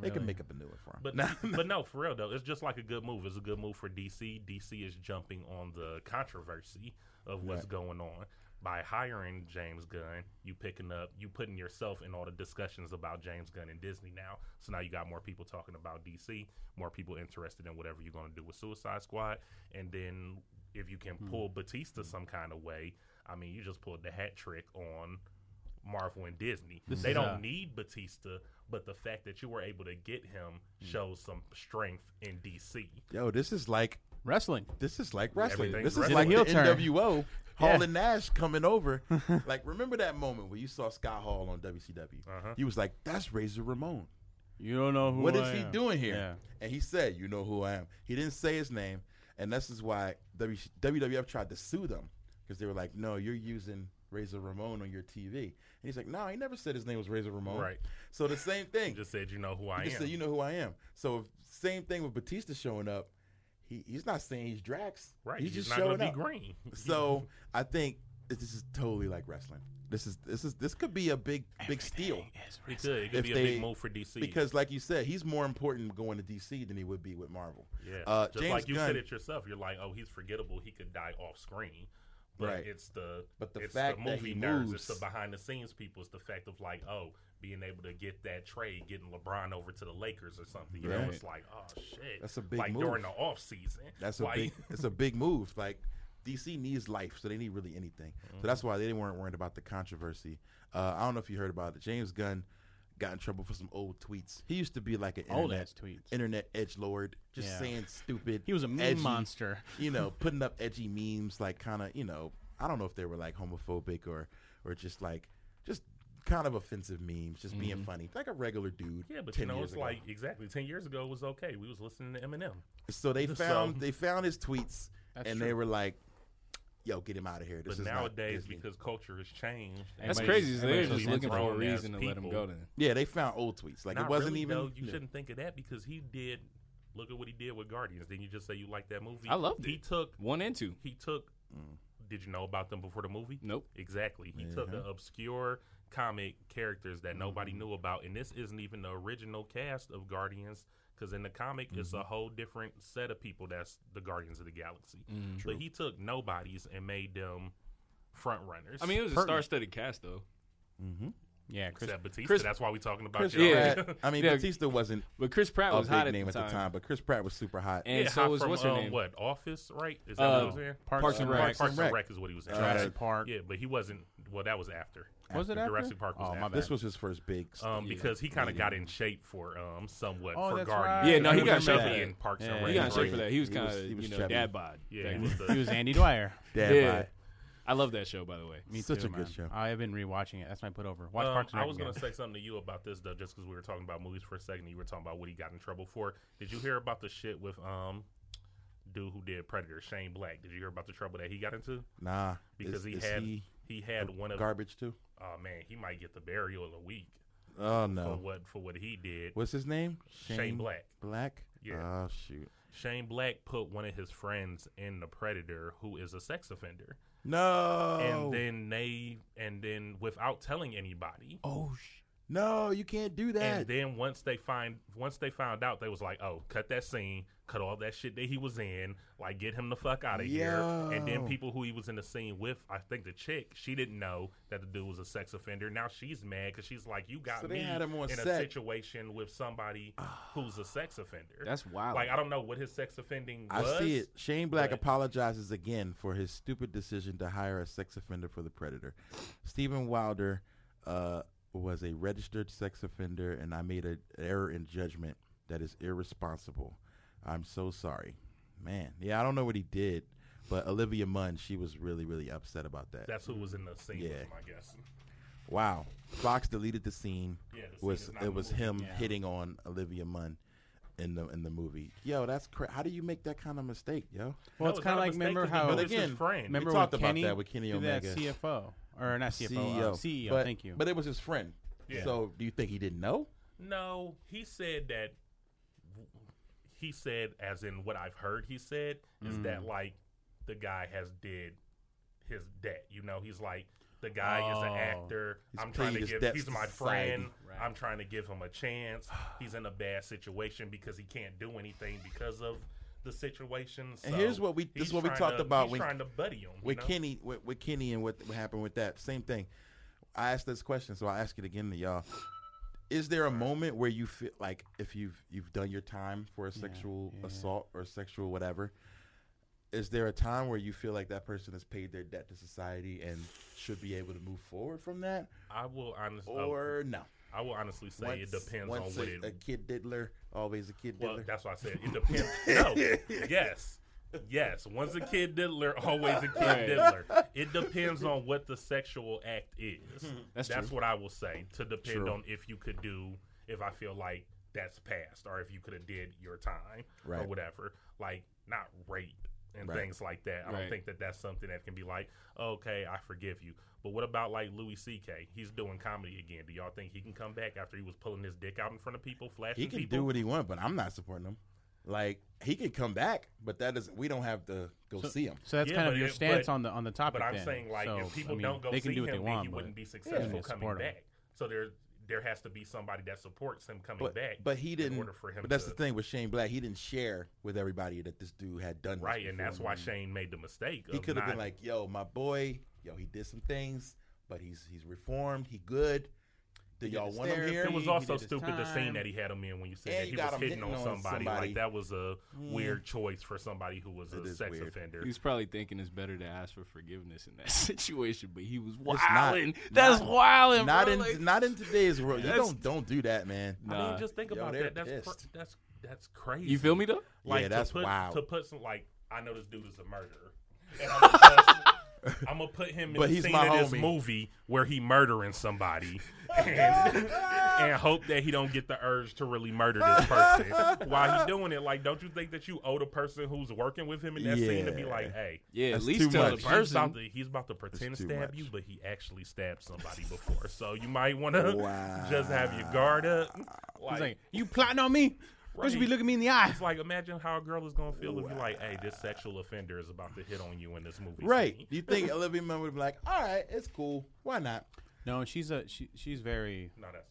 S1: They can make up a new one for him.
S5: but
S1: Nah,
S5: but no, for real though, it's just like a good move. It's a good move for DC. DC is jumping on the controversy of what's going on by hiring James Gunn. You picking up, you putting yourself in all the discussions about James Gunn and Disney now. So now you got more people talking about DC, more people interested in whatever you're going to do with Suicide Squad, and then if you can pull Batista some kind of way, I mean, you just pulled the hat trick on Marvel and Disney. they don't need Batista, but the fact that you were able to get him
S1: Hmm.
S5: shows some strength in DC.
S1: Yo, this is like
S6: Wrestling.
S1: this is like wrestling.
S5: Everything
S1: This is
S5: wrestling.
S1: like
S6: Heel
S1: the
S6: turn.
S1: NWO. Hall and Nash coming over. like, remember that moment where you saw Scott Hall on WCW?
S5: Uh-huh.
S1: He was like, "That's Razor Ramon."
S6: You don't know who.
S1: What
S6: I
S1: is he
S6: am.
S1: doing here?
S6: Yeah.
S1: And he said, "You know who I am." He didn't say his name, and this is why W- WWF tried to sue them because they were like, "No, you're using Razor Ramon on your TV." And he's like, "No, he never said his name was Razor Ramon."
S5: Right.
S1: So the same
S5: He
S1: thing.
S5: just said, you know who I
S1: he just
S5: am.
S1: said, "You know who I am." So if, same thing with Batista showing up. He, he's not saying he's Drax.
S5: right.
S1: He's,
S5: He's,
S1: just
S5: not
S1: showing
S5: going to be
S1: up.
S5: green.
S1: So I think this is totally like wrestling. This is this is this could be a big big steal
S5: It could. It could
S1: If
S5: be a
S1: they-
S5: big move for DC.
S1: because, like you said, he's more important going to DC than he would be with Marvel.
S5: yeah.
S1: uh,
S5: just
S1: James
S5: like you
S1: Gunn-
S5: said it yourself, you're like, oh, he's forgettable. He could die off screen. But
S1: Right.
S5: it's the
S1: But the
S5: it's
S1: fact
S5: the
S1: that
S5: movie
S1: he
S5: nerds,
S1: moves-
S5: it's the behind the scenes people, it's the fact of like, oh, being able to get that trade, getting LeBron over to the Lakers or something. You know,
S1: Right.
S5: it's like, oh shit.
S1: That's a big
S5: like
S1: move.
S5: during the off season.
S1: That's a
S5: Why-
S1: big. it's a big move. Like DC needs life, so they need really anything.
S5: Mm-hmm.
S1: So that's why they weren't worried about the controversy. Uh, I don't know if you heard about it. James Gunn got in trouble for some old tweets. He used to be like an
S6: Old
S1: internet
S6: ass tweets.
S1: internet edge lord, just
S6: Yeah.
S1: saying stupid.
S6: He was a meme
S1: edgy-
S6: monster.
S1: You know, putting up edgy memes, like kind of you know. I don't know if they were like homophobic or or just like just kind of offensive memes, just being funny, like a regular dude.
S5: Mm-hmm. Yeah, but
S1: 10
S5: you know,
S1: years
S5: it's
S1: ago.
S5: like exactly ten years ago was okay. We was listening to Eminem.
S1: So they found
S5: So-
S1: they found his tweets, and they were like, "Yo, get him out of here." This
S5: But
S1: is not
S5: nowadays,
S1: Disney."
S5: because culture has changed,
S2: That's
S6: Everybody's-
S2: crazy. So they're
S6: everybody's
S2: just
S5: really
S2: looking for a
S5: grown-ass
S2: reason to let him
S5: people.
S2: go then.
S1: yeah, they found old tweets. Like
S5: Not
S1: it wasn't
S5: really,
S1: even.
S5: though. You
S1: yeah.
S5: shouldn't think of that because he did. Look at what he did with Guardians. Then you just say you like that movie.
S2: I loved
S5: He
S2: it.
S5: took.
S2: One and two.
S5: He took. Did you know about them before the movie?
S2: Nope.
S5: Exactly. He took the obscure comic characters that nobody knew about, and this isn't even the original cast of Guardians. Because in the comic, it's a whole different set of people that's the Guardians of the Galaxy. But he took nobodies and made them front runners.
S2: I mean, it was a
S6: Pertinent.
S2: star-studded cast though.
S1: Mm-hmm.
S6: Yeah, Chris.
S5: except Batista.
S2: Chris-
S5: that's why we talking about
S1: Chris
S5: Joe.
S2: Pratt.
S5: Yeah,
S1: Pratt. I mean,
S2: Yeah.
S1: Batista wasn't
S2: But Chris Pratt
S1: a
S2: was hot
S1: big
S2: at
S1: name
S2: the
S1: at the
S2: time,
S1: time, but Chris Pratt was super hot.
S2: and so
S5: hot
S2: was
S5: from,
S2: what's her
S5: uh,
S2: name?
S5: What Office? Right? Is that
S2: Uh,
S5: what it was in?
S6: Parks Parks and and Rec. Rec.
S5: Parks and
S1: Rec.
S5: Rec is what he was in.
S6: Jurassic Park.
S5: Yeah, but he wasn't. Well, that was after.
S6: Was it after?
S5: Jurassic Park was
S6: Oh, my
S5: after.
S6: bad.
S1: This was his first big. st-
S5: Um, because he kind of got in shape for um somewhat
S6: Oh,
S5: for
S6: that's
S5: Guardians.
S6: right.
S2: Yeah, no, he
S5: was
S2: got in shape
S5: chubby
S2: for
S5: in
S2: that.
S5: Parks
S6: Yeah,
S5: and
S6: he
S5: Rec.
S2: He got in shape
S5: right?
S2: for that. He was
S1: He was-
S2: kind of
S1: he was
S2: you know
S1: chubby.
S2: dad bod.
S5: Yeah,
S2: back
S5: he
S2: then.
S5: was
S6: He
S5: the,
S6: was Andy Dwyer.
S1: Dad bod.
S2: I love that show by the way.
S6: Me
S1: Such
S6: too,
S1: a good
S6: man.
S1: show.
S6: I have been rewatching it. That's my put over. Watch
S5: Um,
S6: Parks and
S5: I
S6: Rec.
S5: was going to
S6: again.
S5: say something to you about this though, just because we were talking about movies for a second. You were talking about what he got in trouble for. Did you hear about the shit with um, dude who did Predator, Shane Black? Did you hear about the trouble that he got into
S1: Nah, is-
S5: because he
S1: is
S5: had
S1: he
S5: he, had one of
S1: garbage too.
S5: oh man, he might get the burial of the week
S1: Oh
S5: for
S1: no,
S5: what for what he did.
S1: what's his name?
S5: Shane Black.
S1: Black.
S5: Yeah.
S1: Oh shoot.
S5: Shane Black put one of his friends in the Predator, who is a sex offender,
S1: No.
S5: and then they and then without telling anybody.
S1: Oh sh. No, you can't do that.
S5: And then once they find once they found out, they was like, "Oh, cut that scene, cut all that shit that he was in, like get him the fuck out of here." And then
S1: Yo.
S5: people who he was in the scene with, I think the chick, she didn't know that the dude was a sex offender. Now she's mad because she's like, "You got
S1: So they
S5: me
S1: had him on
S5: in a
S1: set.
S5: situation with somebody who's a sex offender."
S2: That's wild.
S5: Like I don't know what his sex offending
S1: I
S5: was.
S1: see it. Shane Black
S5: but-
S1: apologizes again for his stupid decision to hire a sex offender for the Predator. Stephen Wilder uh, was a registered sex offender, and I made an error in judgment that is irresponsible. I'm so sorry, man. Yeah, I don't know what he did, but Olivia Munn, she was really, really upset about that.
S5: That's who was in the scene with
S1: Yeah.
S5: him, I guess.
S1: Wow. Fox deleted the scene.
S5: Yeah, the scene
S1: was
S5: is not in
S1: it
S5: the
S1: was
S5: movie.
S1: him hitting on Olivia Munn in the in the movie. Yo, that's cra- how do you make that kind of mistake, yo?
S5: No,
S6: Well, it's kind
S5: not
S6: of
S5: a
S6: like
S5: mistake
S6: remember
S5: 'cause he
S6: how
S5: knew this is
S1: Again,
S5: friend.
S6: remember
S1: We talked
S6: with
S1: about
S6: Kenny,
S1: that with Kenny
S6: did that
S1: Omega. E
S6: CFO or not
S5: uh,
S6: CFO CEO.
S5: E
S6: CEO.
S1: But-
S6: E thank you.
S1: But it was his friend.
S5: Yeah.
S1: So do you think he didn't know?
S5: No, he said that. He said, as in what I've heard, he said
S1: Mm-hmm.
S5: is that like the guy has did his debt. You know, he's like the guy is an
S6: Oh.
S5: actor.
S1: He's
S5: I'm trying
S1: paid
S5: to
S1: his
S5: give.
S1: debts
S5: He's
S1: to
S5: my
S1: society.
S5: friend. I'm trying to give him a chance. He's in a bad situation because he can't do anything because of the situation. So
S1: And here's what we- this
S5: he's
S1: is what we
S5: trying
S1: talked
S5: to-
S1: about
S5: He's
S1: when-
S5: trying to buddy him.
S1: With
S5: you know?
S1: Kenny with, with Kenny and what, what happened with that. Same thing. I asked this question, so I ask it again to y'all. Is there a moment where you feel like if you've you've done your time for a sexual assault or sexual whatever, is there a time where you feel like that person has paid their debt to society and should be able to move forward from that,
S5: I will honestly.
S1: or no?
S5: I will honestly Oh, say it
S1: Once-
S5: depends on
S1: once
S5: what
S1: a,
S5: it
S1: a kid diddler, always a kid
S5: Well,
S1: diddler.
S5: that's why I said it depends. no, yes, yes. Once a kid diddler, always a kid diddler. It depends on what the sexual act is.
S1: Hmm.
S2: That's true.
S5: what I will say. To depend
S1: True.
S5: on if you could do, if I feel like that's past, or if you could have did your time or
S1: Right.
S5: whatever. Like not rape and
S1: Right.
S5: things like that. I
S2: Right.
S5: don't think that that's something that can be like, okay, I forgive you. But what about like Louis C.K.? He's doing comedy again. Do y'all think he can come back after he was pulling his dick out in front of people, flashing
S1: he can
S5: people?
S1: do what he wants, but I'm not supporting him. Like he could come back, but that doesn't. We don't have to go see him.
S6: so that's
S5: Yeah,
S6: kind of
S5: but
S6: your
S5: it-
S6: stance
S5: but-
S6: on the on the topic.
S5: But I'm
S6: then.
S5: saying like
S6: So,
S5: if people
S6: I mean,
S5: don't go
S6: they can
S5: see
S6: do what
S5: him,
S6: they
S5: then
S6: want,
S5: he
S6: but
S5: wouldn't be
S6: you
S5: successful
S6: need to
S5: coming
S6: support him.
S5: back. So there there has to be somebody that supports him coming
S1: But
S5: back.
S1: but he didn't.
S5: In order for him,
S1: but that's
S5: to,
S1: the thing with Shane Black. He didn't share with everybody that this dude had done. this
S5: right? And
S1: before.
S5: that's why Shane made the mistake.
S1: he
S5: of
S1: could have been
S5: not-
S1: like, "Yo, my boy, yo, he did some things, but he's he's reformed. He good. Do
S6: He did
S1: y'all
S6: his
S1: want him
S6: therapy,
S1: here?
S5: It was
S6: he
S5: also
S6: did his
S5: stupid the scene
S6: time.
S5: that he had him in when you said
S1: And
S5: that
S1: you
S5: he
S1: got
S5: was
S1: him
S5: hitting
S1: hitting
S5: on
S1: on
S5: somebody.
S1: somebody.
S5: Like that was a
S1: Yeah.
S5: weird choice for somebody who was
S1: It
S5: a
S1: is
S5: sex
S1: weird.
S5: offender.
S2: He was probably thinking it's better to ask for forgiveness in that situation, but he was
S1: not-
S2: wilding. That's
S1: not-
S2: wilding.
S1: Not
S2: bro.
S1: in
S2: Like,
S1: not in today's world. You
S2: That's-
S1: don't don't do that, man.
S5: I
S2: Nah.
S5: mean, just think
S1: Yo,
S5: about
S1: they're
S5: that. That's cr-
S1: pissed.
S5: that's that's crazy.
S2: you feel me though?
S5: Like
S1: yeah,
S5: to
S1: that's
S5: put,
S1: wild.
S5: To put some like, I know this dude is a murderer. And I'm, gonna, I'm gonna put him in
S1: But
S5: the
S1: he's
S5: scene
S1: my
S5: of this
S1: homie.
S5: movie where he murdering somebody, and, and hope that he don't get the urge to really murder this person while he doing it. Like, don't you think that you owe the person who's working with him in that scene to be
S1: Yeah.
S5: like, hey,
S2: Yeah,
S1: That's
S2: at least
S1: too
S2: tell the
S1: much.
S5: He's
S2: person.
S5: about, to, he's about to pretend to
S1: too
S5: stab
S1: much.
S5: you, but he actually stabbed somebody before. So you might want to
S1: Wow.
S5: just have your guard up.
S6: He's like, you plotting on me? Why should be
S5: Right.
S6: looking me in the eye?
S5: It's like imagine how a girl is gonna feel if you're like, "Hey, this sexual offender is about to hit on you in this movie."
S1: Right?
S5: scene."
S1: You think Olivia Munn would be like, "All right, it's cool. Why not?"
S6: No, she's a she, she's very
S5: No, that's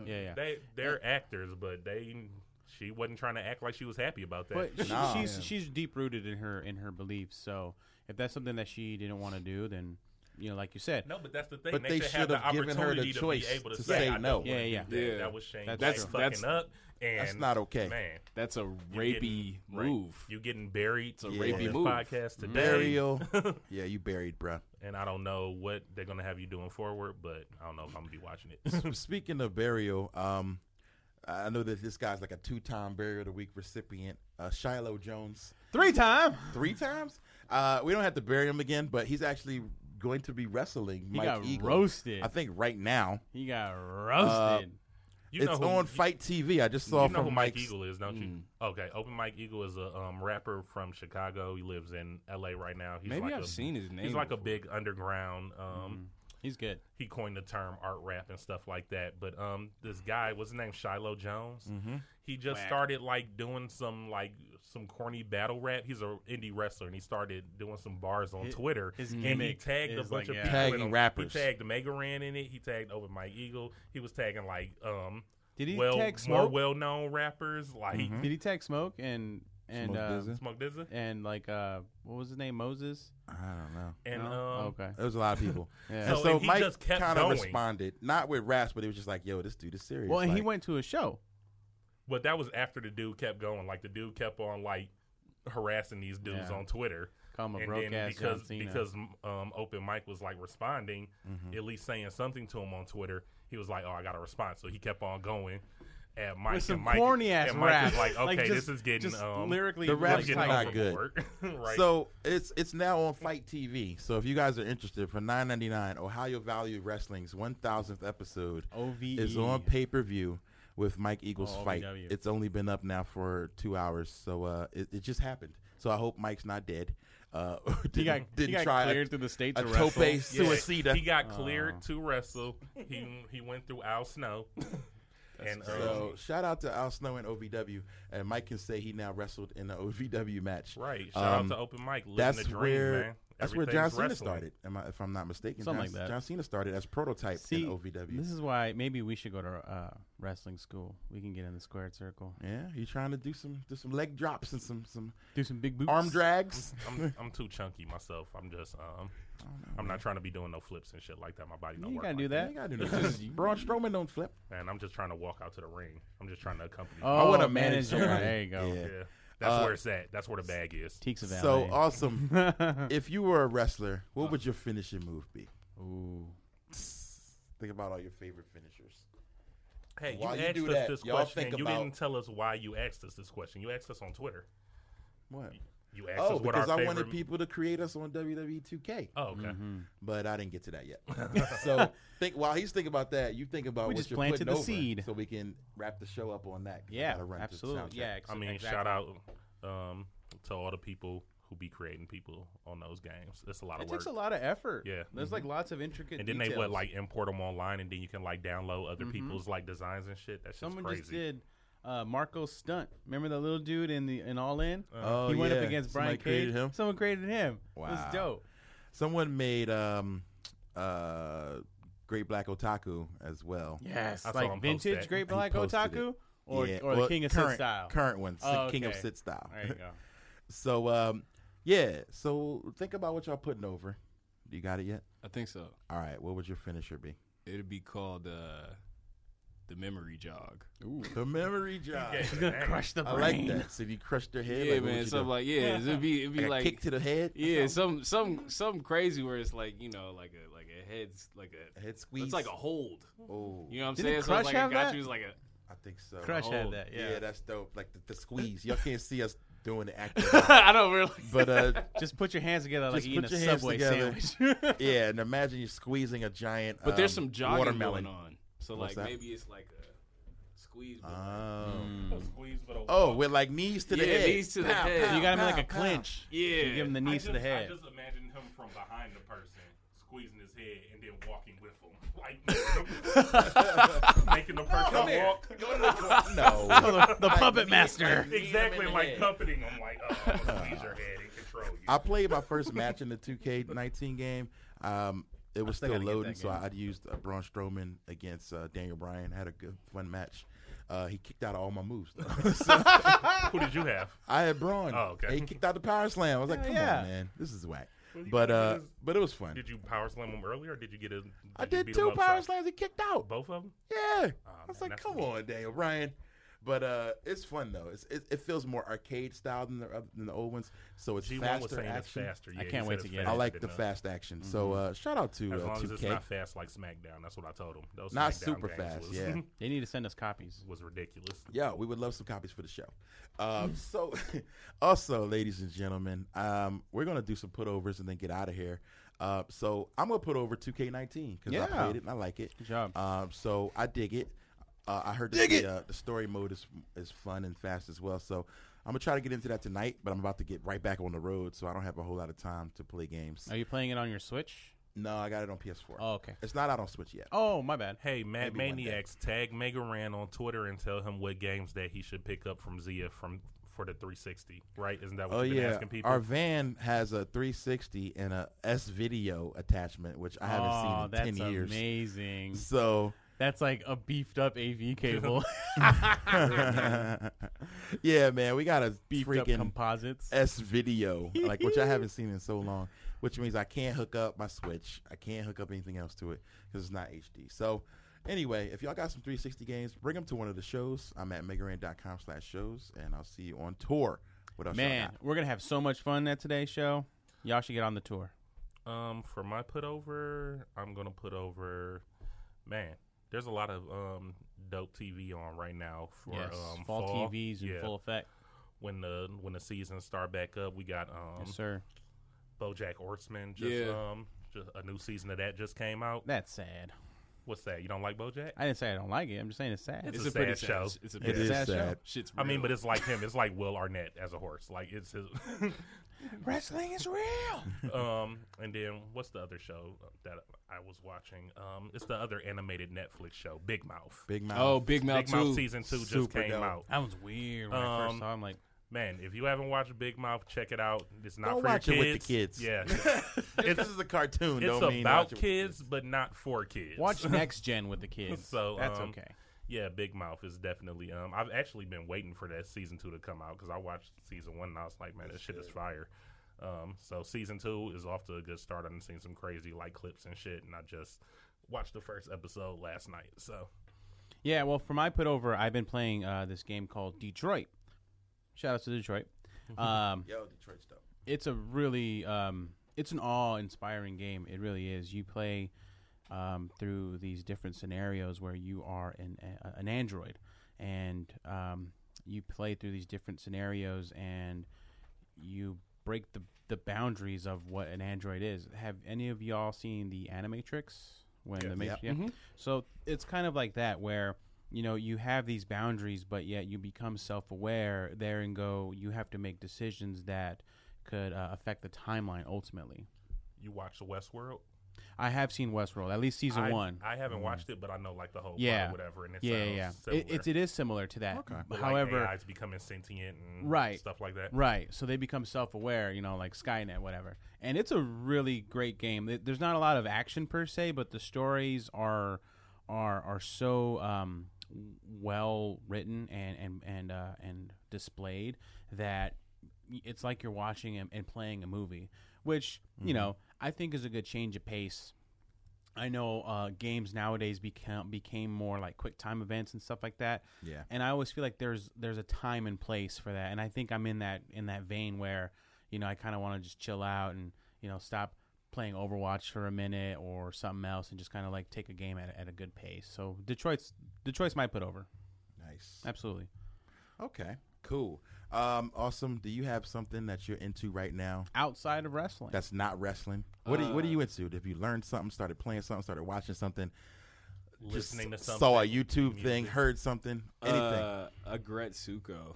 S5: okay.
S6: yeah yeah.
S5: They they're actors, but they she wasn't trying to act like she was happy about that.
S6: But she,
S1: Nah.
S6: she's she's deep rooted in her in her beliefs. So if that's something that she didn't want to do, then you know, like you said.
S5: No, but that's the thing.
S1: But they
S5: should have the
S1: should've given her the
S5: opportunity to be
S1: choice
S5: able
S1: to
S5: say
S1: say
S5: I
S1: no.
S5: don't wanna
S6: Yeah, yeah.
S5: do that.
S2: Yeah.
S5: That was Shane.
S6: That's
S5: That's
S6: true.
S5: fucking
S2: That's-
S5: up. And
S1: That's not okay.
S5: Man,
S2: That's a
S5: you're
S2: rapey
S5: getting- right.
S2: move.
S5: You getting buried. It's a
S1: rapey
S2: move.
S5: Podcast today.
S1: Burial. yeah, you buried, bro.
S5: And I don't know what they're gonna have you doing forward, but I don't know if I'm gonna be watching it.
S1: Speaking of burial, um, I know that this guy's like a two-time burial of the week recipient, uh, Shiloh Jones.
S6: Three time.
S5: Mm.
S1: Three times. Uh, we don't have to bury him again, but he's actually going to be wrestling.
S6: He
S1: Mike
S6: got
S1: Eagle,
S6: roasted.
S1: I think right now.
S6: He got roasted.
S5: You
S1: it's
S5: know who,
S1: on
S5: you-
S1: Fight TV. I just
S5: You
S1: saw
S5: know
S1: from
S5: who Mike
S1: Mike's-
S5: Eagle is, don't you? Okay, Open Mike Eagle is a um, rapper from Chicago. He lives in L.A. right now. He's
S2: Maybe
S5: like
S2: I've
S5: a-
S2: seen his
S5: He's
S2: name
S5: like a
S2: before.
S5: big underground. Um,
S6: He's good.
S5: he coined the term art rap and stuff like that. But um, this guy, what's his name, Shiloh Jones? He just started like doing some like some corny battle rap. He's a indie wrestler, and he started doing some bars on Twitter.
S6: his
S5: and he
S6: gimmick
S5: tagged a
S6: is,
S5: bunch of
S6: like, yeah.
S5: people in
S1: Tagging
S5: him.
S1: rappers.
S5: He tagged Mega Ran in it. He tagged over Mike Eagle. He was tagging like um.
S6: Did he
S5: well,
S6: tag
S5: more
S6: Smoke?
S5: well-known rappers like
S6: Did he tag Smoke and and
S1: Smoke
S6: uh,
S1: Dizzy?
S5: Smoke Dizzy
S6: and like uh, what was his name? Moses.
S1: I don't know.
S5: and
S6: No?
S5: um,
S6: okay.
S1: There was a lot of people.
S6: Yeah.
S1: And
S5: So,
S1: so,
S5: and he
S1: Mike
S5: just kept
S1: kind of
S5: going.
S1: responded, not with raps, but he was just like, yo, this dude is serious.
S6: Well, and he
S1: Like,
S6: went to a show.
S5: But that was after the dude kept going. Like the dude kept on like harassing these dudes
S6: Yeah.
S5: on Twitter.
S6: Call him a
S5: and
S6: broke
S5: then
S6: ass
S5: because
S6: John Cena. Mm-hmm.
S5: because um, open mic was like responding, at least saying something to him on Twitter. He was like, "Oh, I got a response," so he kept on going at Mike.
S6: With some
S5: and Mike,
S6: corny ass
S5: and Mike
S6: rap.
S5: was like, "Okay,
S6: just-
S5: this is getting
S6: just
S5: um,
S6: lyrically.
S1: the
S6: like,
S1: rap's
S6: getting
S1: not
S6: off
S5: not
S6: of-
S1: good.
S5: right?
S1: So it's it's now on Fight TV. So if you guys are interested, for nine ninety nine, Ohio Value Wrestling's one thousandth episode
S6: OVE.
S1: is on pay per view with Mike Eagle's
S6: Oh,
S1: fight.
S6: OVW.
S1: It's only been up now for two hours, so uh, it, it just happened. So I hope Mike's not dead. Uh, didn't,
S6: He got
S1: didn't
S6: he got
S1: try
S6: cleared
S1: a,
S6: through the state
S1: a
S6: to
S1: tope
S6: wrestle.
S5: Yeah,
S1: suicida.
S5: He got cleared
S1: Oh.
S5: to wrestle. He he went through Al Snow. and
S1: So
S5: um,
S1: shout out to Al Snow and OVW, and Mike can say he now wrestled in the OVW match.
S5: right, shout
S1: Um,
S5: out to open mic. Living
S1: that's
S5: the dream,
S1: where
S5: man.
S1: that's where John
S5: Everything's
S1: Cena
S5: wrestling.
S1: started. Am I, if I'm not mistaken,
S6: Something
S1: John,
S6: like that.
S1: John Cena started as prototype
S6: See,
S1: in OVW.
S6: This is why maybe we should go to uh, wrestling school. We can get in the squared circle.
S1: yeah, he's trying to do some do some leg drops and some some
S6: Do some big boots.
S1: arm drags.
S5: I'm I'm too chunky myself. I'm just um, I'm not trying to be doing no flips and shit like that. My body
S6: You
S5: don't
S6: ain't
S5: work.
S6: gotta
S5: like
S6: do
S1: You
S6: that.
S1: ain't gotta do no- Braun Strowman don't flip.
S5: And I'm just trying to walk out to the ring. I'm just trying to accompany.
S6: Oh,
S1: I wanna manage
S6: manager.
S1: somebody.
S6: There you go.
S1: Yeah.
S5: yeah. That's
S1: Uh,
S5: where it's at. That's where the bag is.
S6: Teaks of
S1: So uh,
S6: LA.
S1: awesome. if you were a wrestler, what would your finishing move be?
S6: Ooh.
S1: Think about all your favorite finishers.
S5: Hey, you
S1: While you
S5: asked
S1: do
S5: us
S1: that,
S5: this
S1: y'all
S5: question.
S1: think
S5: And you
S1: about-
S5: didn't tell us why you asked us this question. You asked us on Twitter.
S1: What?
S5: You asked
S1: Oh,
S5: us what our
S1: because I
S5: favorite.
S1: wanted people Mm-hmm. to create us on E WWE 2K,
S5: Oh, okay.
S1: but I didn't get to that yet. so think while he's thinking about that, you think about
S6: We
S1: what
S6: just
S1: you're
S6: planted
S1: putting
S6: the
S1: over
S6: seed.
S1: so we can wrap the show up on that. 'cause I
S6: Yeah.
S1: gotta run to the
S6: Absolutely.
S1: sound check.
S6: Yeah. Ex-
S5: I mean,
S6: exactly.
S5: shout out um, to all the people who be creating people on those games. It's a lot
S6: It
S5: of work.
S6: takes a lot of effort.
S5: Yeah.
S6: There's
S1: Mm-hmm.
S6: like lots of intricate.
S5: and then they
S6: details. Mm-hmm.
S5: would like import them online, and then you can like download other people's like designs and shit. That's just
S6: Someone
S5: crazy.
S6: just did uh, Marco stunt. Remember the little dude in the in All In?
S5: Uh-huh.
S1: Oh,
S6: he went up
S1: yeah.
S6: against Brian
S1: Somebody created
S6: Cage.
S1: him?
S6: Someone created him. It
S1: Wow.
S6: was dope.
S1: Someone made um, uh, Great Black Otaku as well.
S6: Yes,
S5: I saw him
S6: like
S5: post
S6: vintage
S5: that.
S6: Great
S1: He
S6: Black
S1: posted
S6: Otaku
S1: it.
S6: or
S1: Yeah,
S6: or
S1: well,
S6: the King of
S1: current,
S6: Sit style.
S1: Current one, si-
S6: Oh,
S1: King of
S6: okay.
S1: Sit style.
S6: There you go.
S1: So um, yeah. So think about what y'all putting over. You got it yet?
S2: I think so.
S1: All right. What would your finisher be?
S2: It'd be called uh, the memory jog.
S1: The memory job.
S5: Yeah, dang.
S6: Crush the
S1: I
S6: brain.
S1: like that. So if you crushed their head,
S2: Yeah,
S1: like, what would
S2: man.
S1: you
S2: Something
S1: do?
S2: like yeah, it'd be it'd be
S1: Like a
S2: like
S1: kick to the head.
S2: yeah, some some some crazy where it's like you know like a like a head's like a
S1: A head squeeze.
S2: It's like a hold.
S1: Oh,
S2: You know what I'm
S6: Didn't
S2: saying? So
S6: Crush
S2: it's like I
S6: have
S2: got
S6: that?
S2: you. It's like a
S1: I think so.
S6: Crush
S2: Oh,
S6: had that.
S1: Yeah.
S6: Yeah.
S1: that's dope. Like the, the squeeze. Y'all can't see us doing the act,
S2: I don't really.
S1: but uh,
S6: Just put your hands together like
S1: Just
S6: eating
S1: put
S6: a
S1: your hands
S6: Subway
S1: together.
S6: sandwich.
S1: yeah. And imagine you're squeezing a giant.
S2: But there's
S1: um,
S2: some jogging
S1: watermelon.
S2: going on. So
S1: What's
S2: like
S1: that?
S2: maybe it's like a squeeze. But
S1: Oh.
S5: Squeeze with a-
S1: Oh, with like knees to the
S2: Mm. yeah,
S1: head.
S2: knees to the head.
S6: you got him like
S1: pow,
S6: a
S1: pow.
S6: clinch.
S2: Yeah.
S6: You give him the
S5: I
S6: knees to the
S5: just-
S6: head.
S5: I just imagine him from behind the person, squeezing his head, and then walking with him, like making, him, making the person walk.
S1: No.
S6: the, the puppet master.
S5: Exactly, like puppeting him, like oh, I'm gonna squeeze your head and control you.
S1: I played my first match in the 2K19 game. Um, it was
S6: still
S1: still
S6: gotta get
S1: loading,
S6: that
S1: so
S6: game.
S1: I'd used uh, Braun Strowman against uh, Daniel Bryan. Had a good, fun match. Uh, he kicked out all my moves. though. So
S5: Who did you have?
S1: I had Braun.
S5: Oh, okay.
S1: And he kicked out the power slam. I was like,
S6: Hell
S1: come
S6: yeah.
S1: on, man. This is whack. But uh, but it was fun.
S5: Did you power slam him earlier? Or did you get his?
S1: I
S5: you
S1: did
S5: beat him
S1: two
S5: up
S1: power
S5: soft?
S1: slams. He kicked out.
S5: Both of them.
S1: Yeah. I
S5: man,
S1: was like,
S5: that's
S1: come
S5: weak.
S1: on, Daniel Bryan. But uh, it's fun though. It's, it, it feels more arcade style than the other- than the old ones. So it's
S5: G one was
S1: faster
S5: saying it's
S1: action.
S5: faster. Yeah,
S6: I
S5: he
S6: can't
S5: said
S6: wait
S5: it's
S6: to get it.
S1: I
S5: faster
S1: like
S5: than
S1: the
S5: us.
S1: fast action. So uh, shout out to
S5: As
S1: uh,
S5: long as
S1: 2K.
S5: it's not fast like SmackDown, that's what I told him. Those
S1: Not
S5: SmackDown
S1: super
S5: games
S1: fast,
S5: Was,
S1: yeah.
S6: They need to send us copies.
S5: was ridiculous.
S1: Yeah, we would love some copies for the show.
S6: Mm.
S1: Um, so, also, ladies and gentlemen, um, we're gonna do some putovers and then get out of here. Uh, so I'm gonna put over 2K19 because I
S6: Yeah.
S1: played it and I like it.
S6: Good job.
S1: Um, so I dig it. Uh, I heard that the, uh, the story mode is is fun and fast as well. So I'm gonna try to get into that tonight, but I'm about to get right back on the road, so I don't have a whole lot of time to play games.
S6: Are you playing it on your Switch?
S1: No, I got it on PS4.
S6: Oh, okay.
S1: It's not out on Switch yet.
S6: Oh, my bad.
S5: Hey, Matt
S1: Maybe one day.
S5: Maniacs, tag Mega Ran on Twitter and tell him what games that he should pick up from Zia from for the 360. Right? Isn't that what
S1: Oh
S5: you've been
S1: yeah,
S5: asking people?
S1: our van has a 360 and a S video attachment, which I haven't
S6: oh,
S1: seen in
S6: that's
S1: 10 years.
S6: amazing.
S1: So,
S6: That's like a beefed up AV cable.
S1: yeah, man, we got a
S6: beefed up
S1: freaking
S6: composites.
S1: S video, like which I haven't seen in so long. Which means I can't hook up my Switch. I can't hook up anything else to it because it's not HD. So, anyway, if y'all got some 360 games, bring them to one of the shows. I'm at megaran.com slash shows, and I'll see you on tour. What else? y'all
S6: Man,
S1: got?
S6: we're gonna have so much fun at today's show. Y'all should get on the tour.
S5: Um, for my put over, I'm gonna put over. Man, there's a lot of um dope TV on right now for
S6: yes,
S5: um,
S6: fall, TVs in
S5: Yeah,
S6: full effect.
S5: When the when the seasons start back up, we got um
S6: yes, sir.
S5: BoJack Horseman. Just
S2: Yeah.
S5: um, just a new season of that just came out.
S6: That's sad.
S5: What's that? You don't like BoJack?
S6: I didn't say I don't like it. I'm just saying it's sad.
S5: It's
S2: It's
S5: a
S2: a pretty
S5: sad
S2: sad
S5: show.
S2: sh- It's a
S6: It
S2: pretty
S6: is
S2: sad show.
S1: sad.
S2: Shit's
S5: I mean,
S2: real.
S5: but it's like him. It's like Will Arnett as a horse. Like it's his.
S6: Wrestling is real.
S5: um, and then what's the other show that I was watching? Um, it's the other animated Netflix show, Big Mouth.
S1: Big mouth.
S2: oh, Big Mouth,
S5: Big Mouth
S2: two.
S5: season two just
S1: Super
S5: came
S1: dope.
S5: out.
S6: That was weird when I
S5: Um,
S6: first saw. it. I'm like,
S5: Man, if you haven't watched Big Mouth, check it out. It's not
S1: Don't
S5: for
S1: watch it
S5: your
S1: with the
S5: kids.
S1: kids.
S5: Yeah,
S1: Just 'cause it's a cartoon.
S5: it's
S1: don't mean
S5: about
S1: watch it with
S5: kids, but not for kids.
S6: watch Next Gen with the kids.
S5: So,
S6: that's
S5: um,
S6: okay.
S5: Yeah, Big Mouth is definitely. Um, I've actually been waiting for that season two to come out because I watched season one and I was like, man, this shit is fire. Um, so season two is off to a good start. I've seen some crazy like clips and shit, and I just watched the first episode last night. So
S6: Yeah, well, for my put over, I've been playing uh, this game called Detroit. Shout out to Detroit. Um,
S1: Yo, Detroit stuff.
S6: it's a really um, it's an awe inspiring game. It really is. You play um, through these different scenarios where you are an a, an android, and um, you play through these different scenarios, and you break the the boundaries of what an android is. Have any of y'all seen the Animatrix? When the Matrix, yeah. so it's kind of like that where you know you have these boundaries, but yet you become self aware there and go. You have to make decisions that could uh, affect the timeline ultimately.
S5: you watch Westworld?
S6: I have seen Westworld, at least season
S5: I,
S6: one. Mm-hmm.
S5: I haven't watched it, but I know like the whole yeah,
S6: yeah,
S5: plot or whatever, and it
S6: yeah,
S5: sounds
S6: yeah.
S5: similar.
S6: It, it's it is similar to that. Okay.
S5: But, like,
S6: However,
S5: AI's becoming sentient and
S6: Right.
S5: stuff like that.
S6: Right. So they become self aware, you know, like Skynet, whatever. And it's a really great game. Th- There's not a lot of action per se, but the stories are are are so um, well written and and and uh, and displayed that it's like you're watching and, and playing a movie, which you know I think is a good change of pace. I know uh, games nowadays become became more like quick time events and stuff like that.
S1: Yeah.
S6: And I always feel like there's there's a time and place for that. And I think I'm in that in that vein where, you know, I kinda wanna just chill out and, you know, stop playing Overwatch for a minute or something else and just kinda like take a game at, at a good pace. So Detroit's Detroit's my put over.
S1: Nice.
S6: Absolutely.
S1: Okay, cool. Um, awesome. Do you have something that you're into right now
S6: Outside of wrestling.
S1: that's not wrestling? What are you, What are you into? Have you learned something? Started playing something? Started watching something?
S5: Listening to
S1: just
S5: something.
S1: saw a YouTube
S5: music.
S1: thing, heard something, anything.
S2: Uh, Agretsuko.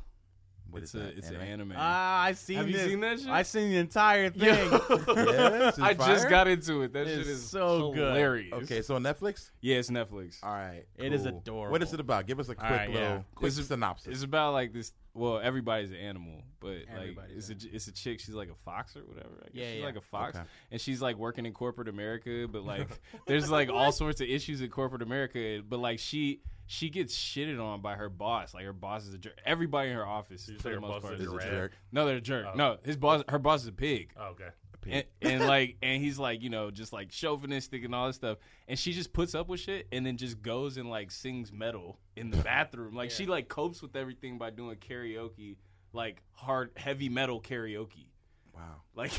S1: What
S2: it's
S1: is
S2: a
S1: that,
S2: it's
S1: anime?
S2: an anime.
S6: Ah, I seen
S2: Have you
S6: this.
S2: seen that shit?
S6: I seen the entire thing.
S1: Yeah, it's
S2: I just
S1: fire?
S2: got into it. That
S6: It's
S2: shit is
S6: so good.
S2: hilarious.
S1: Okay, so on Netflix.
S2: Yeah, it's Netflix.
S1: All right,
S6: It is
S1: cool.
S6: adorable.
S1: What is it about? Give us a quick
S6: right,
S1: little
S6: yeah.
S1: quick
S2: It's a-
S1: synopsis.
S2: It's about like this. Well, everybody's an animal, but like
S6: Everybody's
S2: it's a, it's a chick. She's like a fox or whatever. I guess.
S6: Yeah,
S2: she's
S6: yeah.
S2: like a fox,
S1: Okay.
S2: and she's like working in corporate America. But like, there's like all sorts of issues in corporate America. But like, she she gets shitted on by her boss. Like her boss is a jerk. Everybody in her office,
S5: You
S2: for
S5: say
S2: the
S5: her
S2: most
S5: boss
S2: part,
S5: is a
S2: is
S5: Oh.
S2: a
S5: giraffe?
S2: jerk. No, they're a jerk. No, his boss, her boss is a pig.
S5: Oh, okay.
S2: and,
S1: pig.
S2: and like and he's like you know just like chauvinistic and all this stuff and she just puts up with shit and then just goes and like sings metal in the bathroom like she like copes with everything by doing karaoke like hard heavy metal karaoke
S1: Wow.
S2: like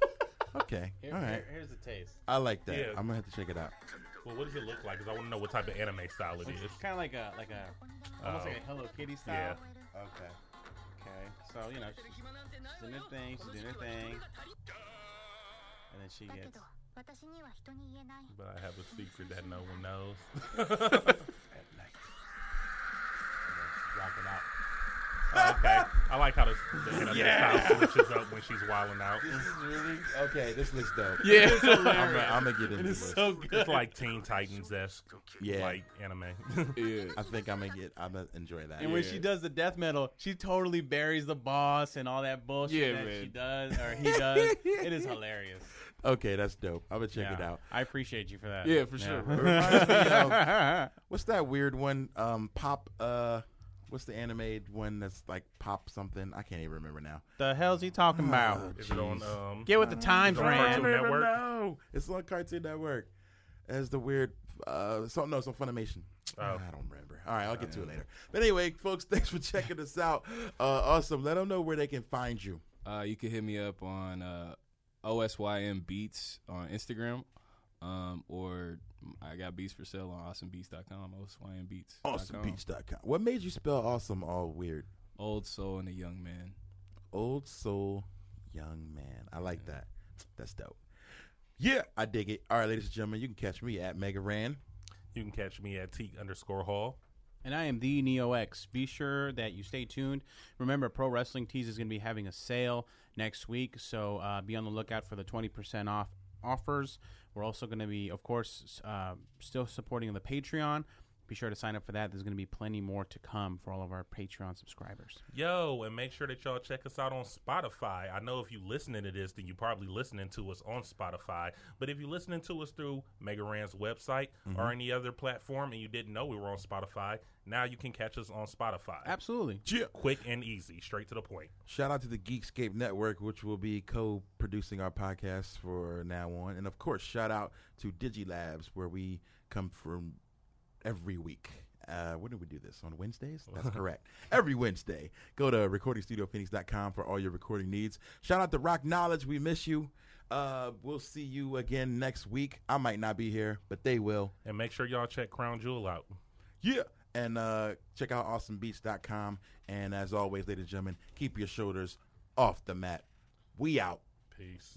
S1: Okay.
S6: Here-
S1: All right.
S6: here- here's the taste.
S1: I like that.
S5: Yeah.
S1: I'm gonna have to check it out.
S5: Well, what does it look like? Because I want to know what type of anime style it is.
S6: It's kind of like a like a almost
S5: Oh.
S6: like a Hello Kitty style.
S5: Yeah.
S6: Okay. Okay. So you know, she's, she's doing her thing. She's doing her thing. And then she gets.
S5: But I have a secret that no one knows.
S6: rocking out.
S5: Oh, okay. I like how this, the anime style switches up when she's wilding out.
S6: This is really
S1: Okay, this looks dope.
S2: yeah
S1: I'm gonna, I'm gonna get into this.
S6: so good.
S5: It's like Teen Titans esque,
S1: Yeah.
S5: like anime.
S2: yeah
S1: I think I'm gonna get. I'm gonna enjoy that.
S6: And when she does the death metal, she totally buries the boss and all that bullshit
S2: Yeah,
S6: that
S2: man.
S6: she does or he does. it is hilarious.
S1: Okay, that's dope. I'm gonna check it
S6: Yeah.
S1: out.
S6: I appreciate you for that.
S2: yeah for sure bro.
S1: Reminds me of- what's that weird one? Um, pop. Uh, what's the animated one that's like pop something? I can't even remember now.
S6: The hell's he talking about?
S5: Is it on um,
S6: Get with the times,
S5: is it on Cartoon
S6: man.
S5: Network?
S1: No, it's on Cartoon Network. As the weird, uh, so no, it's on Funimation.
S6: Oh.
S1: I don't remember. All right, I'll get to
S6: Uh.
S1: it later. But anyway, folks, thanks for checking us out. Uh, awesome. Let them know where they can find you.
S2: Uh, you can hit me up on uh, OSYM Beats on Instagram, um, or I got beats for sale on awesomebeats.com. OSYM Beats.
S1: AwesomeBeats.com. What made you spell awesome all weird?
S2: Old soul and a young man.
S1: Old soul, young man. I like that. That's dope. Yeah, I dig it. All right, ladies and gentlemen, you can catch me at Mega Ran.
S5: You can catch me at Teak underscore Hall.
S6: And I am the Neo X. Be sure that you stay tuned. Remember, Pro Wrestling Tees is going to be having a sale next week, so uh, be on the lookout for the 20% off offers. We're also going to be, of course, s- uh, still supporting the Patreon. Be sure to sign up for that. There's going to be plenty more to come for all of our Patreon subscribers.
S5: Yo, and make sure that y'all check us out on Spotify. I know if you listening to this, then you probably listening to us on Spotify. But if you listening to us through Mega Ran's website or any other platform and you didn't know we were on Spotify, now you can catch us on Spotify.
S6: Absolutely.
S5: Quick and easy, straight to the point.
S1: Shout out to the Geekscape Network, which will be co producing our podcast for now on. And of course, shout out to DigiLabs, where we come from every week. Uh, when do we do this? On Wednesdays? That's correct. Every Wednesday. Go to recordingstudiophoenix.com for all your recording needs. Shout out to Rock Knowledge. We miss you. Uh, we'll see you again next week. I might not be here, but they will.
S5: And make sure y'all check Crown Jewel out.
S1: Yeah. And uh, check out awesomebeats.com. And as always, ladies and gentlemen, keep your shoulders off the mat. We out.
S5: Peace.